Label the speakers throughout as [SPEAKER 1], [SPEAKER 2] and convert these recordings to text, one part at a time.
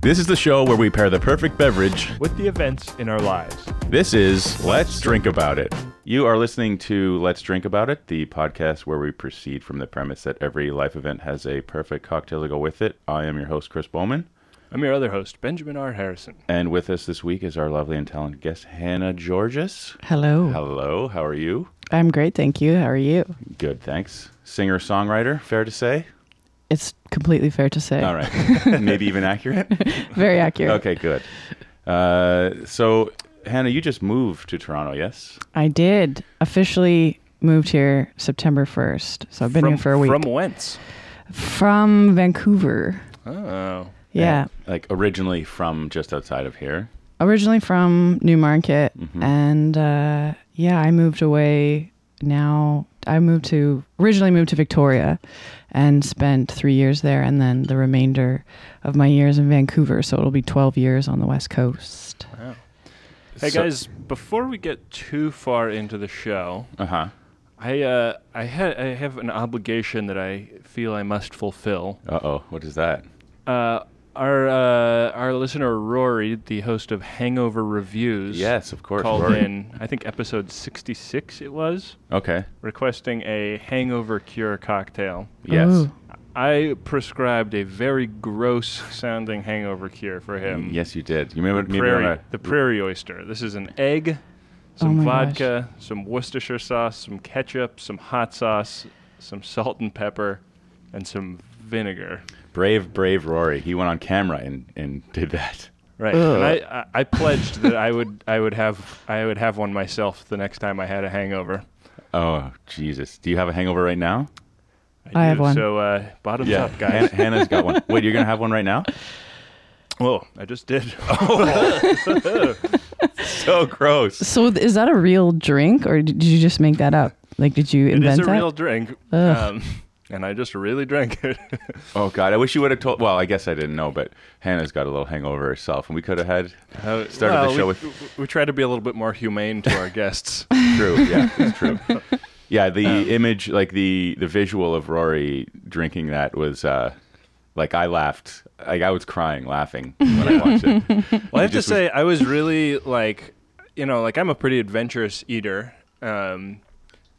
[SPEAKER 1] This is the show where we pair the perfect beverage.
[SPEAKER 2] with the events in our lives.
[SPEAKER 1] This is Let's Drink About It. You are listening to Let's Drink About It, the podcast where we proceed from the premise that every life event has a perfect cocktail to go with it. I am your host, Chris Bowman.
[SPEAKER 2] I'm your other host, Benjamin R. Harrison.
[SPEAKER 1] And with us this week is our lovely and talented guest, Hannah Georges.
[SPEAKER 3] Hello.
[SPEAKER 1] Hello, how are you?
[SPEAKER 3] I'm great, thank you. How are you?
[SPEAKER 1] Good, thanks. Singer songwriter, fair to say?
[SPEAKER 3] It's completely fair to say.
[SPEAKER 1] All right. Maybe even accurate?
[SPEAKER 3] Very accurate.
[SPEAKER 1] Okay, good. Uh, so, Hannah, you just moved to Toronto, yes?
[SPEAKER 3] I did officially moved here September 1st. So I've been
[SPEAKER 2] from,
[SPEAKER 3] here for a week.
[SPEAKER 2] From
[SPEAKER 3] From,
[SPEAKER 2] whence?
[SPEAKER 3] Vancouver.
[SPEAKER 2] Oh.
[SPEAKER 3] Yeah.
[SPEAKER 1] Like originally from just outside of here.
[SPEAKER 3] Originally from Newmarket.
[SPEAKER 1] Mm-hmm.
[SPEAKER 3] And uh, yeah, I moved away now. I moved to, originally moved to Victoria and spent three years there and then the remainder of my years in Vancouver. So it'll be 12 years on the West Coast.
[SPEAKER 2] Hey
[SPEAKER 1] So-
[SPEAKER 2] guys, before we get too far into the show,
[SPEAKER 1] Uh huh.
[SPEAKER 2] I uh, I ha- I have an obligation that I feel I must fulfill.
[SPEAKER 1] Uh oh. What is that?
[SPEAKER 2] Uh, our uh, our listener Rory, the host of Hangover Reviews,
[SPEAKER 1] Yes, of course.
[SPEAKER 2] called
[SPEAKER 1] Rory.
[SPEAKER 2] in. I think episode 66 it was,
[SPEAKER 1] Okay.
[SPEAKER 2] requesting a hangover cure cocktail.
[SPEAKER 1] Yes.
[SPEAKER 3] Ooh.
[SPEAKER 2] I prescribed a very gross sounding hangover cure for him.
[SPEAKER 1] Um, Yes, you did. You remember? remember
[SPEAKER 2] Prairie,
[SPEAKER 1] when I-
[SPEAKER 2] the prairie oyster. This is an egg,
[SPEAKER 3] Oh
[SPEAKER 2] some
[SPEAKER 3] my
[SPEAKER 2] vodka, some Worcestershire sauce, some ketchup, some hot sauce, some salt and pepper, and some vinegar.
[SPEAKER 1] brave, brave Rory. He went on camera and, and did that.
[SPEAKER 2] Right. And I, I, I pledged that I would I would have I would have one myself the next time I had a hangover.
[SPEAKER 1] Oh Jesus! Do you have a hangover right now?
[SPEAKER 3] I have
[SPEAKER 2] do.
[SPEAKER 3] one.
[SPEAKER 2] So uh, bottoms up, guys.
[SPEAKER 1] Han- Hannah's got one. Wait, you're gonna have one right now?
[SPEAKER 2] Whoa, I just did.
[SPEAKER 1] So gross.
[SPEAKER 3] So th- is that a real drink, or did you just make that up? Like, did you
[SPEAKER 2] it is
[SPEAKER 3] invent
[SPEAKER 2] a
[SPEAKER 3] that?
[SPEAKER 2] real drink. Um, and I just really drank it.
[SPEAKER 1] Oh God! I wish you would have told. Well, I guess I didn't know, but Hannah's got a little hangover herself, and we could have had
[SPEAKER 2] Uh,
[SPEAKER 1] started
[SPEAKER 2] well,
[SPEAKER 1] the show
[SPEAKER 2] we,
[SPEAKER 1] with
[SPEAKER 2] We try to be a little bit more humane to our guests.
[SPEAKER 1] True. Yeah, it's true. Yeah, the
[SPEAKER 2] Um,
[SPEAKER 1] image, like the the visual of Rory drinking that was, uh like I laughed, like I was crying laughing when I watched it.
[SPEAKER 2] Well, I have to
[SPEAKER 1] just was-
[SPEAKER 2] say, I was really like, you know, like I'm a pretty adventurous eater, um,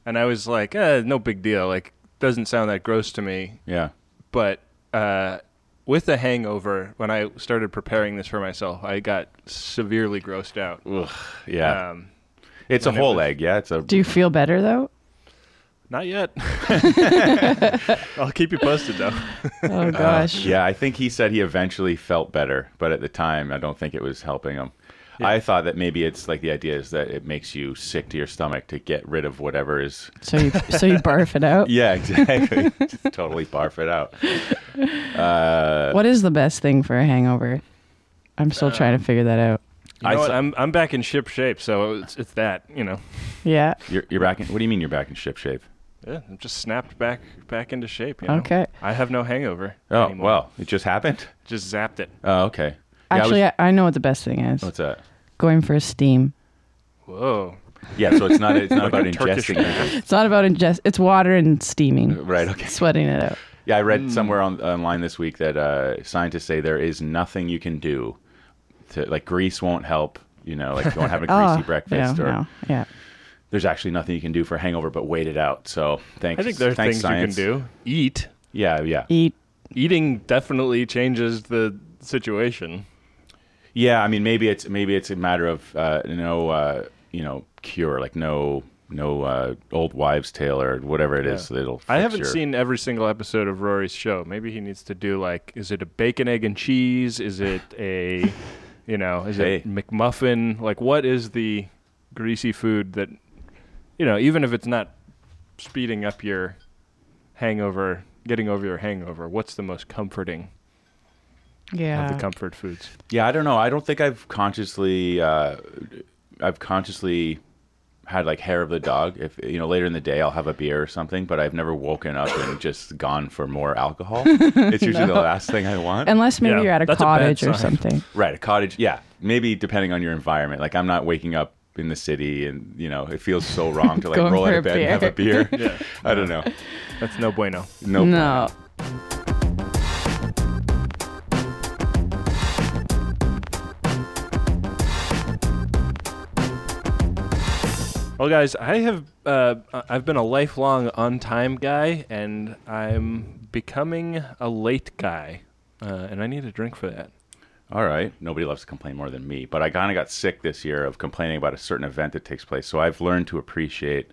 [SPEAKER 2] and I was like, eh, no big deal. Like, doesn't sound that gross to me.
[SPEAKER 1] Yeah.
[SPEAKER 2] But uh, with the hangover, when I started preparing this for myself, I got severely grossed out.
[SPEAKER 1] Ugh, yeah.
[SPEAKER 2] Um,
[SPEAKER 1] it's a
[SPEAKER 2] when it
[SPEAKER 1] whole
[SPEAKER 2] was-
[SPEAKER 1] egg. Yeah, it's a.
[SPEAKER 3] Do you feel better though?
[SPEAKER 2] not yet. I'll keep you posted though.
[SPEAKER 3] Oh gosh.
[SPEAKER 1] Yeah, I think he said he eventually felt better, but at the time, I don't think it was helping him. I thought that maybe it's like the idea is that it makes you sick to your stomach to get rid of whatever is
[SPEAKER 3] So you so you barf it out.
[SPEAKER 1] Yeah, exactly. Just totally barf it out. Uh,
[SPEAKER 3] What is the best thing for a hangover? I'm still trying to figure that out.
[SPEAKER 2] You
[SPEAKER 1] I
[SPEAKER 2] know what?
[SPEAKER 1] saw-
[SPEAKER 2] I'm I'm back in ship shape, so it's it's that you know.
[SPEAKER 3] Yeah.
[SPEAKER 1] you're, you're back in. What do you mean you're back in ship shape?
[SPEAKER 2] Yeah, I'm just snapped back back into shape. You know?
[SPEAKER 3] Okay.
[SPEAKER 2] I have no hangover.
[SPEAKER 1] Oh
[SPEAKER 2] anymore.
[SPEAKER 1] well, it just happened.
[SPEAKER 2] just zapped it.
[SPEAKER 1] Oh okay. Yeah, I was-
[SPEAKER 3] Actually, I, I know what the best thing is.
[SPEAKER 1] what's that?
[SPEAKER 3] Going for a steam.
[SPEAKER 2] Whoa.
[SPEAKER 1] Yeah, so it's not it's not about
[SPEAKER 2] a Turkish
[SPEAKER 1] ingesting. it.
[SPEAKER 3] It's not about ingest. It's water and steaming,
[SPEAKER 1] Right. Okay.
[SPEAKER 3] sweating it out.
[SPEAKER 1] Yeah, I
[SPEAKER 2] Hmm.
[SPEAKER 1] read somewhere on, online this week that uh, scientists say there is nothing you can do. To, like grease won't help. You know, like if you want to have a greasy
[SPEAKER 3] Oh,
[SPEAKER 1] breakfast,
[SPEAKER 3] yeah,
[SPEAKER 1] or
[SPEAKER 3] no, yeah.
[SPEAKER 1] there's actually nothing you can do for a hangover but wait it out. So thanks.
[SPEAKER 2] I think there are
[SPEAKER 1] thanks,
[SPEAKER 2] things
[SPEAKER 1] science.
[SPEAKER 2] you can do. Eat.
[SPEAKER 1] Yeah, yeah,
[SPEAKER 3] Eat.
[SPEAKER 2] Eating definitely changes the situation.
[SPEAKER 1] yeah. I mean, maybe it's maybe it's a matter of uh, no, uh, you know, cure like no no uh, old wives' tale or whatever it is that'll.
[SPEAKER 2] I
[SPEAKER 1] fix
[SPEAKER 2] haven't
[SPEAKER 1] your-
[SPEAKER 2] seen every single episode of Rory's show. Maybe he needs to do like is it a bacon, egg and cheese? Is it a you know, is it
[SPEAKER 1] Hey.
[SPEAKER 2] McMuffin? Like what is the greasy food that you know, even if it's not speeding up your hangover, getting over your hangover, what's the most comforting of
[SPEAKER 3] Yeah.
[SPEAKER 2] the comfort foods?
[SPEAKER 1] Yeah, I don't know. I don't think I've consciously, uh, I've consciously had like hair of the dog. If you know, later in the day I'll have a beer or something, but I've never woken up and just gone for more alcohol. It's usually the last thing I want.
[SPEAKER 3] Unless maybe
[SPEAKER 2] Yeah,
[SPEAKER 3] you're at a
[SPEAKER 2] that's a bad
[SPEAKER 3] cottage or
[SPEAKER 2] sign.
[SPEAKER 3] something.
[SPEAKER 1] right, a cottage. Yeah, maybe depending on your environment. Like I'm not waking up in the city, and you know, it feels so wrong to like
[SPEAKER 3] Going
[SPEAKER 1] roll out
[SPEAKER 3] for
[SPEAKER 1] of
[SPEAKER 3] a
[SPEAKER 1] bed and have a beer.
[SPEAKER 2] Yeah.
[SPEAKER 1] I don't know.
[SPEAKER 2] That's no bueno.
[SPEAKER 1] No.
[SPEAKER 3] no.
[SPEAKER 2] Well, guys, I have uh, I've been a lifelong on time guy, and I'm becoming a late guy, uh, and I need a drink for that.
[SPEAKER 1] All right. Nobody loves to complain more than me, but I kind of got sick this year of complaining about a certain event that takes place. So I've learned to appreciate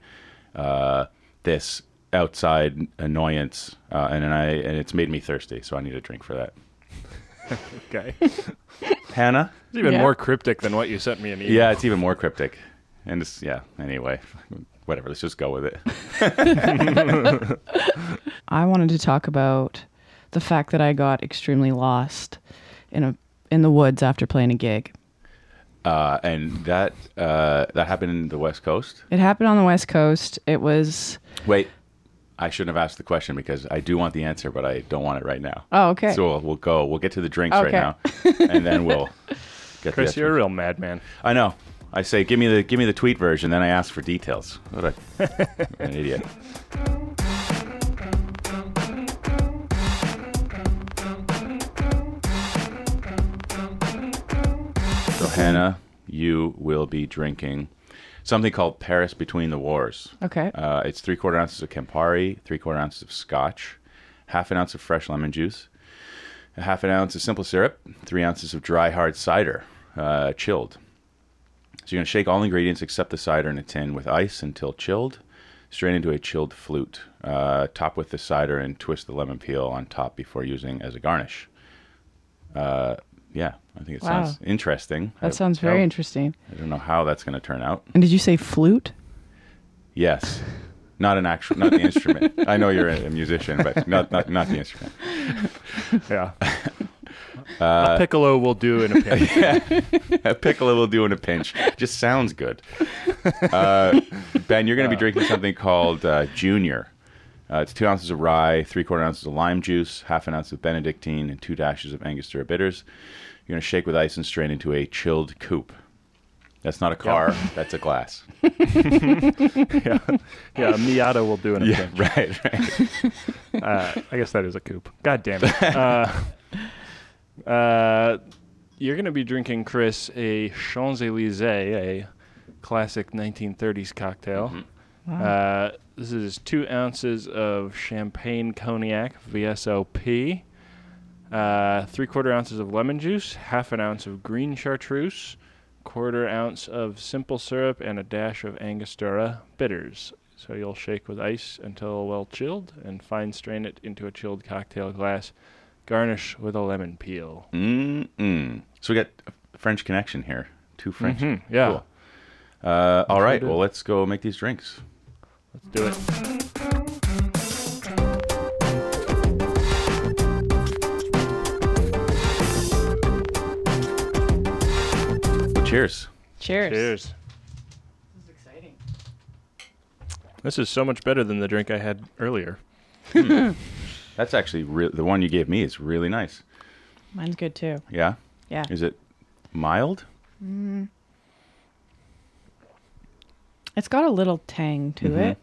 [SPEAKER 1] uh, this outside annoyance, uh, and, and I and it's made me thirsty. So I need a drink for that.
[SPEAKER 2] Okay, it's
[SPEAKER 1] Hannah.
[SPEAKER 2] even
[SPEAKER 3] Yeah.
[SPEAKER 2] more cryptic than what you sent me in email.
[SPEAKER 1] Yeah, it's even more cryptic, and it's yeah. Anyway, whatever. Let's just go with it.
[SPEAKER 3] I wanted to talk about the fact that I got extremely lost in a in the woods after playing a gig.
[SPEAKER 1] Uh, and that uh, that happened in the West Coast.
[SPEAKER 3] It happened on the West Coast. It was
[SPEAKER 1] Wait, I shouldn't have asked the question because I do want the answer, but I don't want it right now.
[SPEAKER 3] oh okay.
[SPEAKER 1] So we'll, we'll go. We'll get to the drinks
[SPEAKER 3] Okay.
[SPEAKER 1] right now, and then we'll get.
[SPEAKER 2] Chris,
[SPEAKER 1] the
[SPEAKER 2] you're a real madman.
[SPEAKER 1] I know. I say, give me the give me the tweet version, then I ask for details. What a, an idiot. So Hannah, you will be drinking something called Paris Between the Wars.
[SPEAKER 3] okay.
[SPEAKER 1] Uh, it's three quarter ounces of Campari, three quarter ounces of Scotch, half an ounce of fresh lemon juice, a half an ounce of simple syrup, three ounces of dry hard cider, uh, chilled. So you're going to shake all ingredients except the cider in a tin with ice until chilled. Strain into a chilled flute. Uh, top with the cider and twist the lemon peel on top before using as a garnish. Uh, yeah, I think it
[SPEAKER 3] Wow.
[SPEAKER 1] sounds interesting. I-
[SPEAKER 3] that sounds very
[SPEAKER 1] I-
[SPEAKER 3] interesting.
[SPEAKER 1] I don't know how that's going to turn out.
[SPEAKER 3] And did you say flute?
[SPEAKER 1] Yes. Not an actual, not the instrument. I know you're a musician, but not not, not the instrument.
[SPEAKER 2] Yeah. a piccolo will do in a pinch.
[SPEAKER 1] A piccolo will do in a pinch. Just sounds good. Uh, ben, you're going to be drinking something called uh, Junior. Uh, it's two ounces of rye, three quarter ounces of lime juice, half an ounce of Benedictine, and two dashes of Angostura bitters. You're going to shake with ice and strain into a chilled coupe. That's not a car. That's a glass.
[SPEAKER 2] yeah. yeah, a Miata will do in a pinch.
[SPEAKER 1] right. Right.
[SPEAKER 2] uh, I guess that is a coupe. God damn it. Uh, uh, you're going to be drinking, Chris, a Champs Elysees, a classic 1930s cocktail. Uh, this is two ounces of champagne cognac, VSOP, uh, three quarter ounces of lemon juice, half an ounce of green chartreuse, quarter ounce of simple syrup, and a dash of Angostura bitters. So you'll shake with ice until well chilled and fine strain it into a chilled cocktail glass. Garnish with a lemon peel.
[SPEAKER 1] Mm-mm. So we got a French connection here. Two French.
[SPEAKER 2] Mhm, yeah.
[SPEAKER 1] Cool. Uh, all
[SPEAKER 2] we
[SPEAKER 1] right.
[SPEAKER 2] do.
[SPEAKER 1] Well, let's go make these drinks.
[SPEAKER 2] Let's do it.
[SPEAKER 3] Mm-hmm.
[SPEAKER 1] Well, cheers.
[SPEAKER 3] Cheers.
[SPEAKER 2] Cheers.
[SPEAKER 3] This is exciting.
[SPEAKER 2] This is so much better than the drink I had earlier.
[SPEAKER 1] That's actually re- the one you gave me is really nice.
[SPEAKER 3] Mine's good too.
[SPEAKER 1] Yeah.
[SPEAKER 3] Yeah. Mm.
[SPEAKER 1] Is it mild?
[SPEAKER 3] It's got a little tang to
[SPEAKER 1] Mhm.
[SPEAKER 3] it,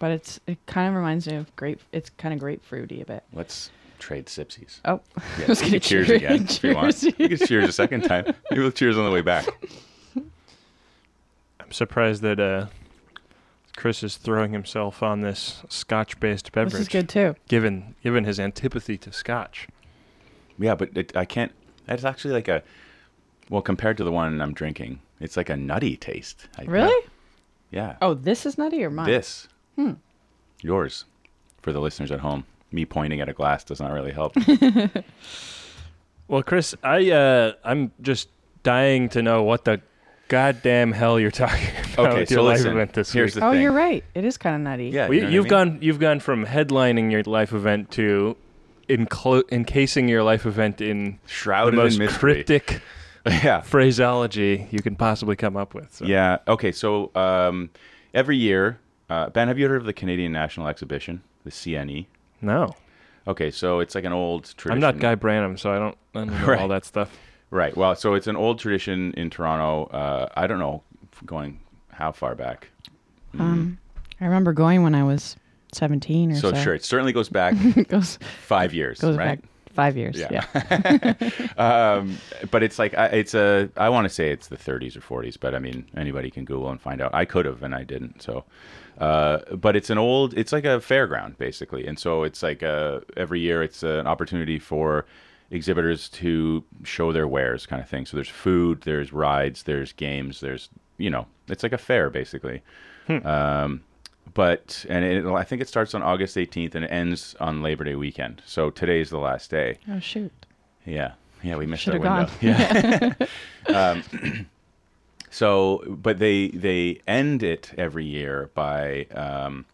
[SPEAKER 3] but it's it kind of reminds me of grape. It's kind of grapefruity a bit.
[SPEAKER 1] Let's trade sipsies.
[SPEAKER 3] Oh,
[SPEAKER 1] Yeah,
[SPEAKER 3] I was
[SPEAKER 1] we
[SPEAKER 3] gonna
[SPEAKER 1] could cheers
[SPEAKER 3] cheer-
[SPEAKER 1] again if you want.
[SPEAKER 3] cheers.
[SPEAKER 1] We could cheers a second time. Maybe we'll cheers on the way back.
[SPEAKER 2] I'm surprised that uh, Chris is throwing himself on this Scotch-based beverage,
[SPEAKER 3] this is good too.
[SPEAKER 2] given given his antipathy to Scotch.
[SPEAKER 1] Yeah, but it, I can't. That's actually like a well compared to the one I'm drinking. It's like a nutty taste. I-
[SPEAKER 3] Really?
[SPEAKER 1] Yeah.
[SPEAKER 3] Oh, Hmm. this is nutty or mine?
[SPEAKER 1] This. Yours. For the listeners at home, me pointing at a glass does not really help.
[SPEAKER 2] Well, Chris, I uh, I'm just dying to know what the goddamn hell you're talking about
[SPEAKER 1] Okay,
[SPEAKER 2] with
[SPEAKER 1] so
[SPEAKER 2] your live
[SPEAKER 1] listen,
[SPEAKER 2] event this
[SPEAKER 1] here's
[SPEAKER 2] week.
[SPEAKER 1] the
[SPEAKER 3] oh,
[SPEAKER 1] thing.
[SPEAKER 3] you're right. It is kind of nutty.
[SPEAKER 1] Yeah,
[SPEAKER 2] Well, you
[SPEAKER 1] know what I
[SPEAKER 2] you've
[SPEAKER 1] mean?
[SPEAKER 2] gone you've gone from headlining your life event to enclo- encasing your life event in
[SPEAKER 1] shrouded
[SPEAKER 2] the most
[SPEAKER 1] in mystery.
[SPEAKER 2] cryptic
[SPEAKER 1] yeah,
[SPEAKER 2] phraseology you can possibly come up with. So.
[SPEAKER 1] yeah. Okay, so um, every year, uh, Ben, have you heard of the Canadian National Exhibition, the CNE?
[SPEAKER 2] No.
[SPEAKER 1] Okay, so it's like an old tradition.
[SPEAKER 2] I'm not Guy Branum, so I don't, I don't know all
[SPEAKER 1] Right.
[SPEAKER 2] that stuff.
[SPEAKER 1] Right. Well, so it's an old tradition in Toronto. Uh, I don't know, going how far back.
[SPEAKER 3] Um, I remember going when I was 17 or so.
[SPEAKER 1] So sure, it certainly goes back
[SPEAKER 3] it goes
[SPEAKER 1] five years,
[SPEAKER 3] goes
[SPEAKER 1] right?
[SPEAKER 3] back Five years. Yeah.
[SPEAKER 1] um, but it's like I, it's a I want to say it's the 30s or 40s, but I mean anybody can Google and find out. I could have and I didn't. So, uh, but it's an old it's like a fairground basically, and so it's like uh every year it's an opportunity for exhibitors to show their wares kind of thing. So there's food, there's rides, there's games, there's you know it's like a fair basically. Um, but and it, I think it starts on August 18th and it ends on Labor Day weekend. So today's the last day.
[SPEAKER 3] Oh shoot.
[SPEAKER 1] Yeah. Yeah, we missed
[SPEAKER 3] Should've
[SPEAKER 1] that window.
[SPEAKER 3] gone.
[SPEAKER 1] Yeah. um, so, but they they end it every year by um,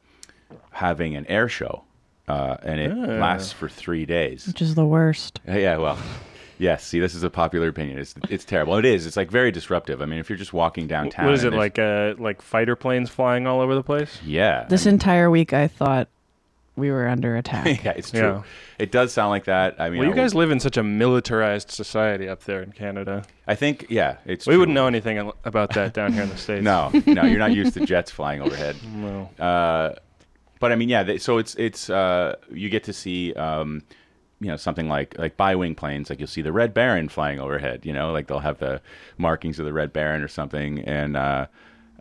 [SPEAKER 1] having an air show, uh, and it
[SPEAKER 2] Ah.
[SPEAKER 1] lasts for three days.
[SPEAKER 3] Which is the worst.
[SPEAKER 1] Uh, Yeah, well, yes. See, this is a popular opinion. It's it's terrible. It is. It's like very disruptive. I mean, if you're just walking downtown,
[SPEAKER 2] What is it
[SPEAKER 1] and there's-
[SPEAKER 2] like? Uh, like fighter planes flying all over the place?
[SPEAKER 1] Yeah, I
[SPEAKER 3] This entire week, I thought we were under attack.
[SPEAKER 1] mean, yeah, it's true.
[SPEAKER 2] Yeah.
[SPEAKER 1] It does sound like that. I mean,
[SPEAKER 2] well, you
[SPEAKER 1] I-
[SPEAKER 2] guys live in such a militarized society up there in Canada.
[SPEAKER 1] I think, yeah, it's.
[SPEAKER 2] We
[SPEAKER 1] true.
[SPEAKER 2] wouldn't know anything al- about that down here in the states.
[SPEAKER 1] No, no, you're not used to jets flying overhead.
[SPEAKER 2] No.
[SPEAKER 1] Uh, but I mean, yeah. They, so it's it's uh, you get to see um, you know something like like bi-wing planes. Like you'll see the Red Baron flying overhead. You know, like they'll have the markings of the Red Baron or something, and uh,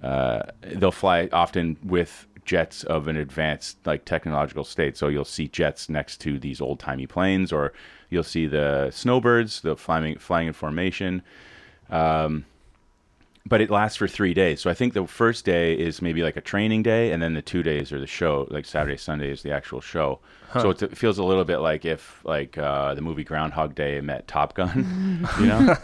[SPEAKER 1] uh, they'll fly often with jets of an advanced like technological state. So you'll see jets next to these old timey planes, or you'll see the snowbirds, the flying flying in formation Um, but it lasts for three days. So I think the first day is maybe like a training day, and then the two days are the show. Like Saturday, Sunday is the actual show. So it's, it feels a little bit like if like uh, the movie Groundhog Day met Top Gun, you know.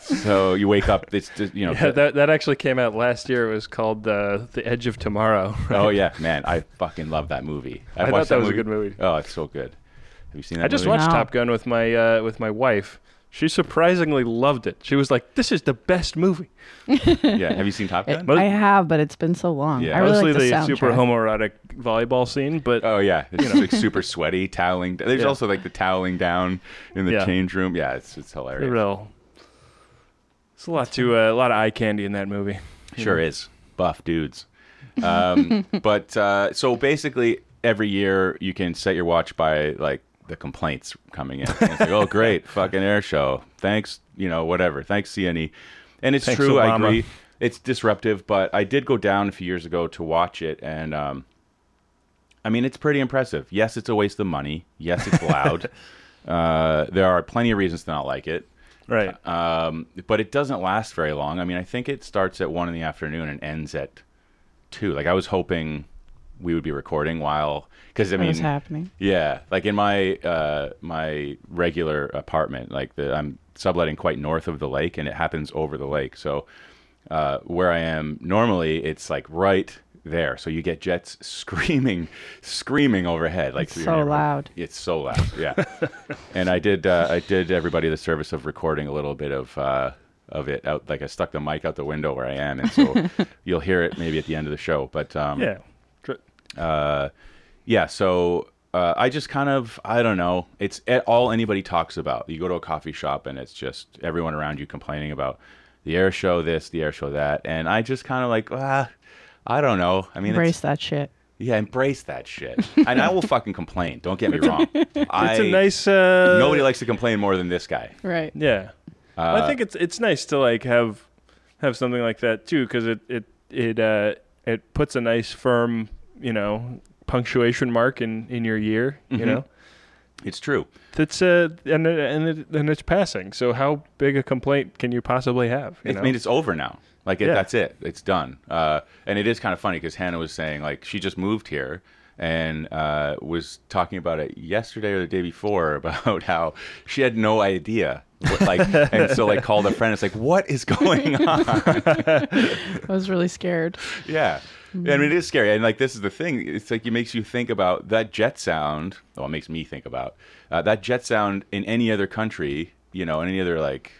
[SPEAKER 1] so you wake up, it's just, you know.
[SPEAKER 2] Yeah,
[SPEAKER 1] the-
[SPEAKER 2] that that actually came out last year. It was called uh, "The Edge of Tomorrow."
[SPEAKER 1] oh yeah, man, I fucking love that movie.
[SPEAKER 2] I thought
[SPEAKER 1] watched
[SPEAKER 2] that was a good movie.
[SPEAKER 1] Oh, it's so good. Have you seen that?
[SPEAKER 2] I just
[SPEAKER 1] movie?
[SPEAKER 2] watched
[SPEAKER 3] No.
[SPEAKER 2] Top Gun with my uh, with my wife. She surprisingly loved it. She was like, "This is the best movie."
[SPEAKER 1] Yeah, have you seen Top Gun?
[SPEAKER 3] I have, but it's been so long.
[SPEAKER 1] Yeah.
[SPEAKER 3] I really
[SPEAKER 2] Mostly
[SPEAKER 3] like the,
[SPEAKER 2] the, super
[SPEAKER 3] soundtrack.
[SPEAKER 2] homoerotic volleyball scene, but
[SPEAKER 1] Oh yeah, it's like super sweaty, toweling. There's
[SPEAKER 2] Yeah.
[SPEAKER 1] also like the toweling down in the
[SPEAKER 2] Yeah.
[SPEAKER 1] change room. Yeah, it's it's
[SPEAKER 2] a
[SPEAKER 1] hilarious.
[SPEAKER 2] real. It's a lot to uh, a lot of eye candy in that movie.
[SPEAKER 1] Sure is. Buff dudes. Um, but uh, so basically, every year you can set your watch by like the complaints coming in. And it's like, oh, great, fucking air show. Thanks, you know, whatever. Thanks, CNE. And it's
[SPEAKER 2] Thanks,
[SPEAKER 1] true. I
[SPEAKER 2] Obama.
[SPEAKER 1] agree. It's disruptive, but I did go down a few years ago to watch it, and um, I mean, it's pretty impressive. Yes, it's a waste of money. Yes, it's loud. uh, there are plenty of reasons to not like it.
[SPEAKER 2] Right.
[SPEAKER 1] Um, but it doesn't last very long. I mean, I think it starts at one in the afternoon and ends at two. Like I was hoping we would be recording while because I
[SPEAKER 3] What
[SPEAKER 1] mean,
[SPEAKER 3] was happening?
[SPEAKER 1] yeah, like in my uh, my regular apartment, like the I'm subletting quite north of the lake, and it happens over the lake. So uh, where I am normally, it's like right there. So you get jets screaming, screaming overhead, like
[SPEAKER 3] It's
[SPEAKER 1] through
[SPEAKER 3] so
[SPEAKER 1] your neighborhood.
[SPEAKER 3] loud.
[SPEAKER 1] It's so loud, yeah. and I did uh, I did everybody the service of recording a little bit of. Uh, of it out like I stuck the mic out the window where I am, and so you'll hear it maybe at the end of the show. But um,
[SPEAKER 2] yeah. Dr-
[SPEAKER 1] uh, yeah, so uh, I just kind of I don't know. It's at all anybody talks about. You go to a coffee shop and it's just everyone around you complaining about the air show this, the air show that, and I just kind of like ah, I don't know. I mean, it's-
[SPEAKER 3] Embrace that shit.
[SPEAKER 1] yeah, embrace that shit. and I will fucking complain. Don't get me wrong. I,
[SPEAKER 2] It's a nice. Uh,
[SPEAKER 1] nobody likes to complain more than this guy.
[SPEAKER 3] Right.
[SPEAKER 2] Yeah, Well, I
[SPEAKER 1] Uh,
[SPEAKER 2] think it's it's nice to like have have something like that too, because it it it uh, it puts a nice firm you know punctuation mark in in your year. You know,
[SPEAKER 1] It's true.
[SPEAKER 2] that's uh and it, and it, and it's passing. So how big a complaint can you possibly have? You
[SPEAKER 1] It,
[SPEAKER 2] know?
[SPEAKER 1] I mean, it's over now. Like it,
[SPEAKER 2] Yeah.
[SPEAKER 1] that's it. It's done. Uh, and it is kind of funny because Hannah was saying like she just moved here and uh, was talking about it yesterday or the day before about how she had no idea. What, like and so like called a friend. It's like what is going on?
[SPEAKER 3] I was really scared.
[SPEAKER 1] yeah. I mean, it is scary, and like this is the thing. It's like it makes you think about that jet sound. Well, it makes me think about uh, that jet sound in any other country. You know, in any other like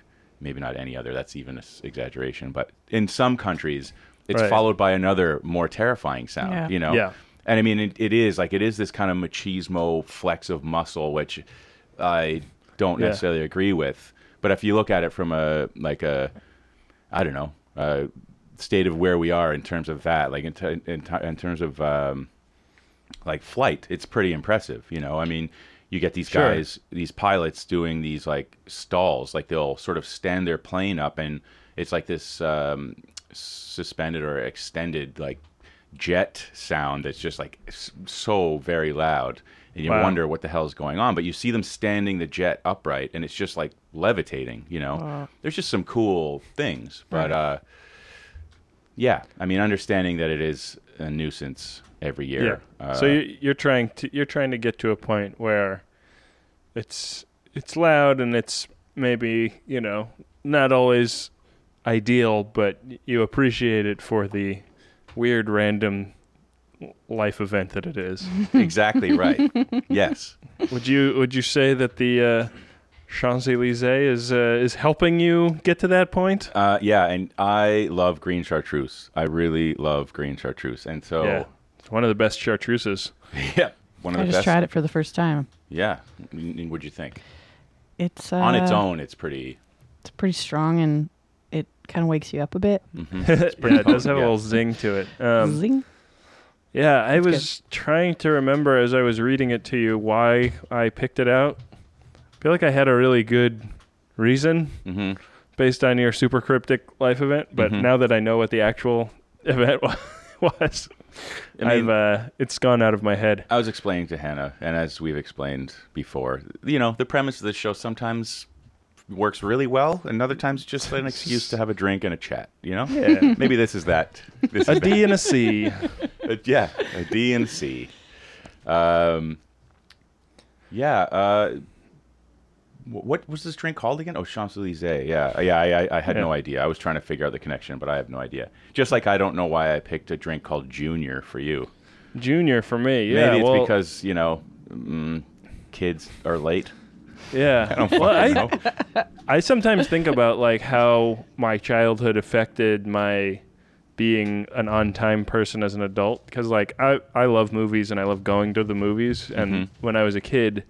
[SPEAKER 1] maybe not any other. That's even an exaggeration, but in some countries, it's
[SPEAKER 2] Right.
[SPEAKER 1] followed by another more terrifying sound.
[SPEAKER 3] Yeah.
[SPEAKER 1] You know,
[SPEAKER 2] Yeah.
[SPEAKER 1] And I mean, it, it is like it is this kind of machismo flex of muscle, which I don't
[SPEAKER 2] Yeah.
[SPEAKER 1] necessarily agree with. But if you look at it from a like a I don't know, uh, state of where we are in terms of that, like in, t- in, t- in terms of um, like flight, it's pretty impressive. You know, I mean, you get these
[SPEAKER 2] Sure.
[SPEAKER 1] guys, these pilots doing these like stalls, like they'll sort of stand their plane up, and it's like this um, suspended or extended like jet sound that's just like s- so very loud, and you
[SPEAKER 2] Wow.
[SPEAKER 1] wonder what the hell's going on. But you see them standing the jet upright, and it's just like levitating. You know, there's just some cool things, but. uh yeah, I mean, understanding that it is a nuisance every year. Uh,
[SPEAKER 2] so you, you're trying to you're trying to get to a point where it's it's loud and it's maybe you know not always ideal, but you appreciate it for the weird random life event that it is.
[SPEAKER 1] exactly right. yes,
[SPEAKER 2] would you would you say that the uh, Champs Elysees is uh, is helping you get to that point?
[SPEAKER 1] uh, yeah, and I love green chartreuse. I really love green chartreuse, and so
[SPEAKER 2] Yeah,
[SPEAKER 1] yeah,
[SPEAKER 2] it's one of the best chartreuses.
[SPEAKER 1] one of
[SPEAKER 3] I
[SPEAKER 1] the
[SPEAKER 3] just
[SPEAKER 1] best.
[SPEAKER 3] tried it for the first time.
[SPEAKER 1] Yeah, N- what'd you think?
[SPEAKER 3] It's uh,
[SPEAKER 1] On its own, it's pretty.
[SPEAKER 3] It's pretty strong and it kind of wakes you up a bit.
[SPEAKER 1] mhm.
[SPEAKER 2] yeah, it does
[SPEAKER 1] potent,
[SPEAKER 2] have a
[SPEAKER 1] yeah.
[SPEAKER 2] little zing to it. Um,
[SPEAKER 3] Zing.
[SPEAKER 2] Yeah, I
[SPEAKER 3] good.
[SPEAKER 2] was trying to remember as I was reading it to you why I picked it out. I feel like I had a really good reason
[SPEAKER 1] Mhm.
[SPEAKER 2] based on your super cryptic life event, but
[SPEAKER 1] Mhm.
[SPEAKER 2] now that I know what the actual event wa- was,
[SPEAKER 1] I mean,
[SPEAKER 2] I've, uh, it's gone out of my head.
[SPEAKER 1] I was explaining to Hannah, and as we've explained before, you know, the premise of this show sometimes works really well, and other times it's just an excuse to have a drink and a chat. You know,
[SPEAKER 2] Yeah.
[SPEAKER 1] maybe this is that. This is
[SPEAKER 2] A
[SPEAKER 1] that.
[SPEAKER 2] D and a C.
[SPEAKER 1] Uh, yeah, a D and C. Um, yeah. Uh, wh- what was this drink called again? Oh, Champs Elysees. Yeah, Uh, yeah. I, I, I had no
[SPEAKER 2] Yeah.
[SPEAKER 1] idea. I was trying to figure out the connection, but I have no idea. Just like I don't know why I picked a drink called Junior for you.
[SPEAKER 2] Junior for me. Yeah,
[SPEAKER 1] Maybe it's
[SPEAKER 2] well,
[SPEAKER 1] because you know, mm, kids are late.
[SPEAKER 2] yeah.
[SPEAKER 1] I don't fucking
[SPEAKER 2] Well, I-
[SPEAKER 1] know.
[SPEAKER 2] I sometimes think about like how my childhood affected my being an on-time person as an adult because like I I love movies and I love going to the movies and
[SPEAKER 1] Mhm.
[SPEAKER 2] when I was a kid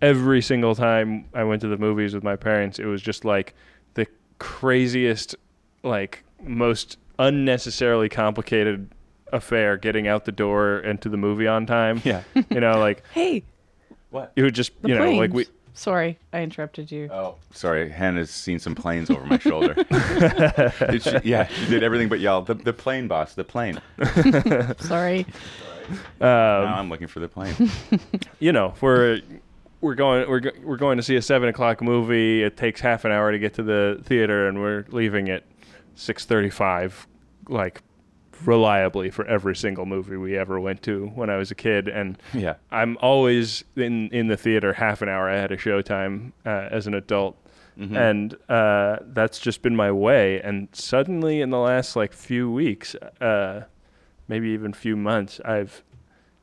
[SPEAKER 2] every single time I went to the movies with my parents it was just like the craziest like most unnecessarily complicated affair getting out the door and to the movie on time
[SPEAKER 1] Yeah.
[SPEAKER 2] you know like
[SPEAKER 3] Hey,
[SPEAKER 1] What?
[SPEAKER 2] it would just
[SPEAKER 3] the
[SPEAKER 2] you know
[SPEAKER 3] planes.
[SPEAKER 2] like we
[SPEAKER 3] Sorry, I interrupted you.
[SPEAKER 1] Oh, sorry. Hannah's seen some planes over my shoulder. Did she- yeah, she did everything but yell. The, the plane, boss. The plane.
[SPEAKER 3] Sorry.
[SPEAKER 2] um,
[SPEAKER 1] now I'm looking for the plane.
[SPEAKER 2] you know, if we're we're going we're go- we're going to see a seven o'clock movie. It takes half an hour to get to the theater, and we're leaving at six thirty-five, like reliably for every single movie we ever went to when I was a kid. And
[SPEAKER 1] Yeah.
[SPEAKER 2] I'm always in in the theater half an hour ahead of showtime uh, as an adult, and uh, that's just been my way. And suddenly, in the last like few weeks, uh, maybe even few months, I've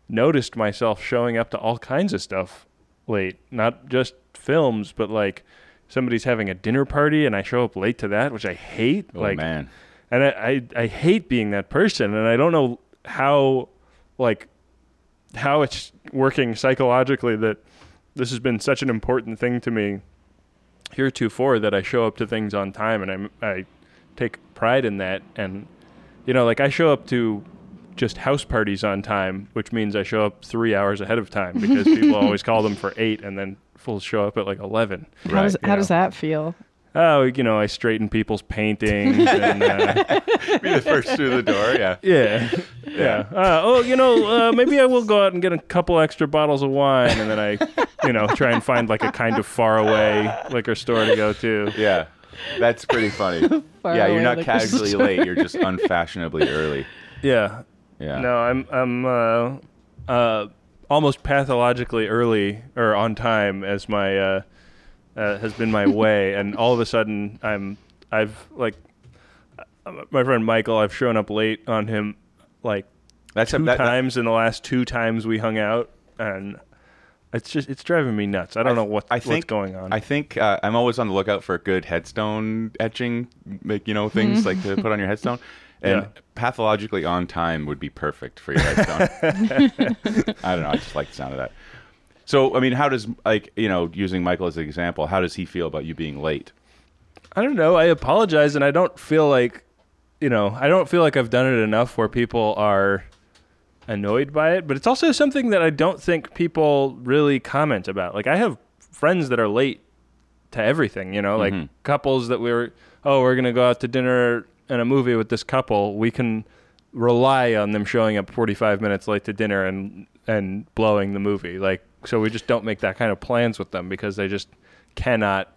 [SPEAKER 2] noticed myself showing up to all kinds of stuff late, not just films, but like somebody's having a dinner party and I show up late to that, which I hate.
[SPEAKER 1] Oh
[SPEAKER 2] like,
[SPEAKER 1] man.
[SPEAKER 2] and I, I I hate being that person, and I don't know how like how it's working psychologically that this has been such an important thing to me heretofore that I show up to things on time and I I take pride in that and you know like I show up to just house parties on time, which means I show up three hours ahead of time because people always call them for eight and then fools show up at like eleven.
[SPEAKER 3] How does
[SPEAKER 2] you
[SPEAKER 3] how does
[SPEAKER 2] know.
[SPEAKER 3] that feel?
[SPEAKER 2] Oh, you know, I straighten people's paintings and uh,
[SPEAKER 1] Be the first through the door. Yeah.
[SPEAKER 2] Yeah. Yeah. Uh, oh, you know, uh, maybe I will go out and get a couple extra bottles of wine, and then I, you know, try and find like a kind of faraway liquor store to go to.
[SPEAKER 1] Yeah. That's pretty funny.
[SPEAKER 3] Far
[SPEAKER 1] yeah, you're
[SPEAKER 3] away
[SPEAKER 1] not
[SPEAKER 3] like
[SPEAKER 1] casually
[SPEAKER 3] this.
[SPEAKER 1] late. You're just unfashionably early.
[SPEAKER 2] Yeah.
[SPEAKER 1] Yeah.
[SPEAKER 2] No, I'm I'm uh, uh, almost pathologically early or on time as my uh, uh, has been my way, and all of a sudden I'm I've like uh, my friend Michael. I've shown up late on him like
[SPEAKER 1] That's a,
[SPEAKER 2] two
[SPEAKER 1] that,
[SPEAKER 2] times in the last two times we hung out, and it's just it's driving me nuts. I don't know what
[SPEAKER 1] I think
[SPEAKER 2] what's going on.
[SPEAKER 1] I think uh, I'm always on the lookout for good headstone etching, like you know things like to put on your headstone. And
[SPEAKER 2] Yeah.
[SPEAKER 1] pathologically on time would be perfect for your headstone. I don't know. I just like the sound of that. So, I mean, how does like you know using Michael as an example? How does he feel about you being late?
[SPEAKER 2] I don't know. I apologize, and I don't feel like you know I don't feel like I've done it enough where people are annoyed by it, but it's also something that I don't think people really comment about. Like I have friends that are late to everything, you know, like
[SPEAKER 1] Mhm.
[SPEAKER 2] couples that we were oh, we're gonna go out to dinner and a movie with this couple. We can rely on them showing up forty five minutes late to dinner and and blowing the movie. Like so we just don't make that kind of plans with them because they just cannot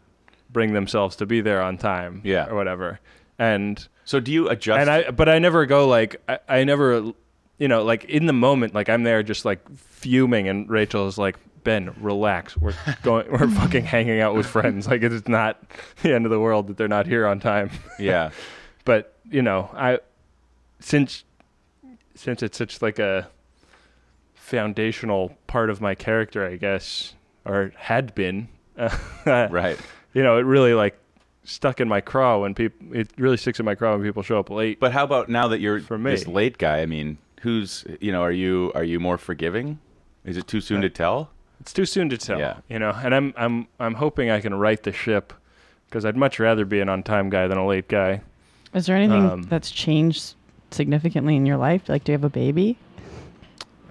[SPEAKER 2] bring themselves to be there on time.
[SPEAKER 1] Yeah.
[SPEAKER 2] Or whatever. And
[SPEAKER 1] So do you adjust?
[SPEAKER 2] and I, but I never go like I, I never, you know, like in the moment, like I'm there just like fuming, and Rachel is like, Ben, relax. We're going, we're fucking hanging out with friends. Like it's not the end of the world that they're not here on time.
[SPEAKER 1] yeah.
[SPEAKER 2] But you know, I since since it's such like a foundational part of my character, I guess, or had been.
[SPEAKER 1] Right.
[SPEAKER 2] You know, it really like stuck in my craw when people. It really sticks in my craw when people show up late.
[SPEAKER 1] But how about now that you're
[SPEAKER 2] For me.
[SPEAKER 1] this late guy? I mean, who's you know? Are you are you more forgiving? Is it too soon
[SPEAKER 2] Uh,
[SPEAKER 1] to tell?
[SPEAKER 2] it's too soon to tell.
[SPEAKER 1] Yeah.
[SPEAKER 2] You know, and I'm I'm I'm hoping I can right the ship because I'd much rather be an on-time guy than a late guy.
[SPEAKER 3] Is there anything
[SPEAKER 2] Um,
[SPEAKER 3] that's changed significantly in your life? Like, do you have a baby?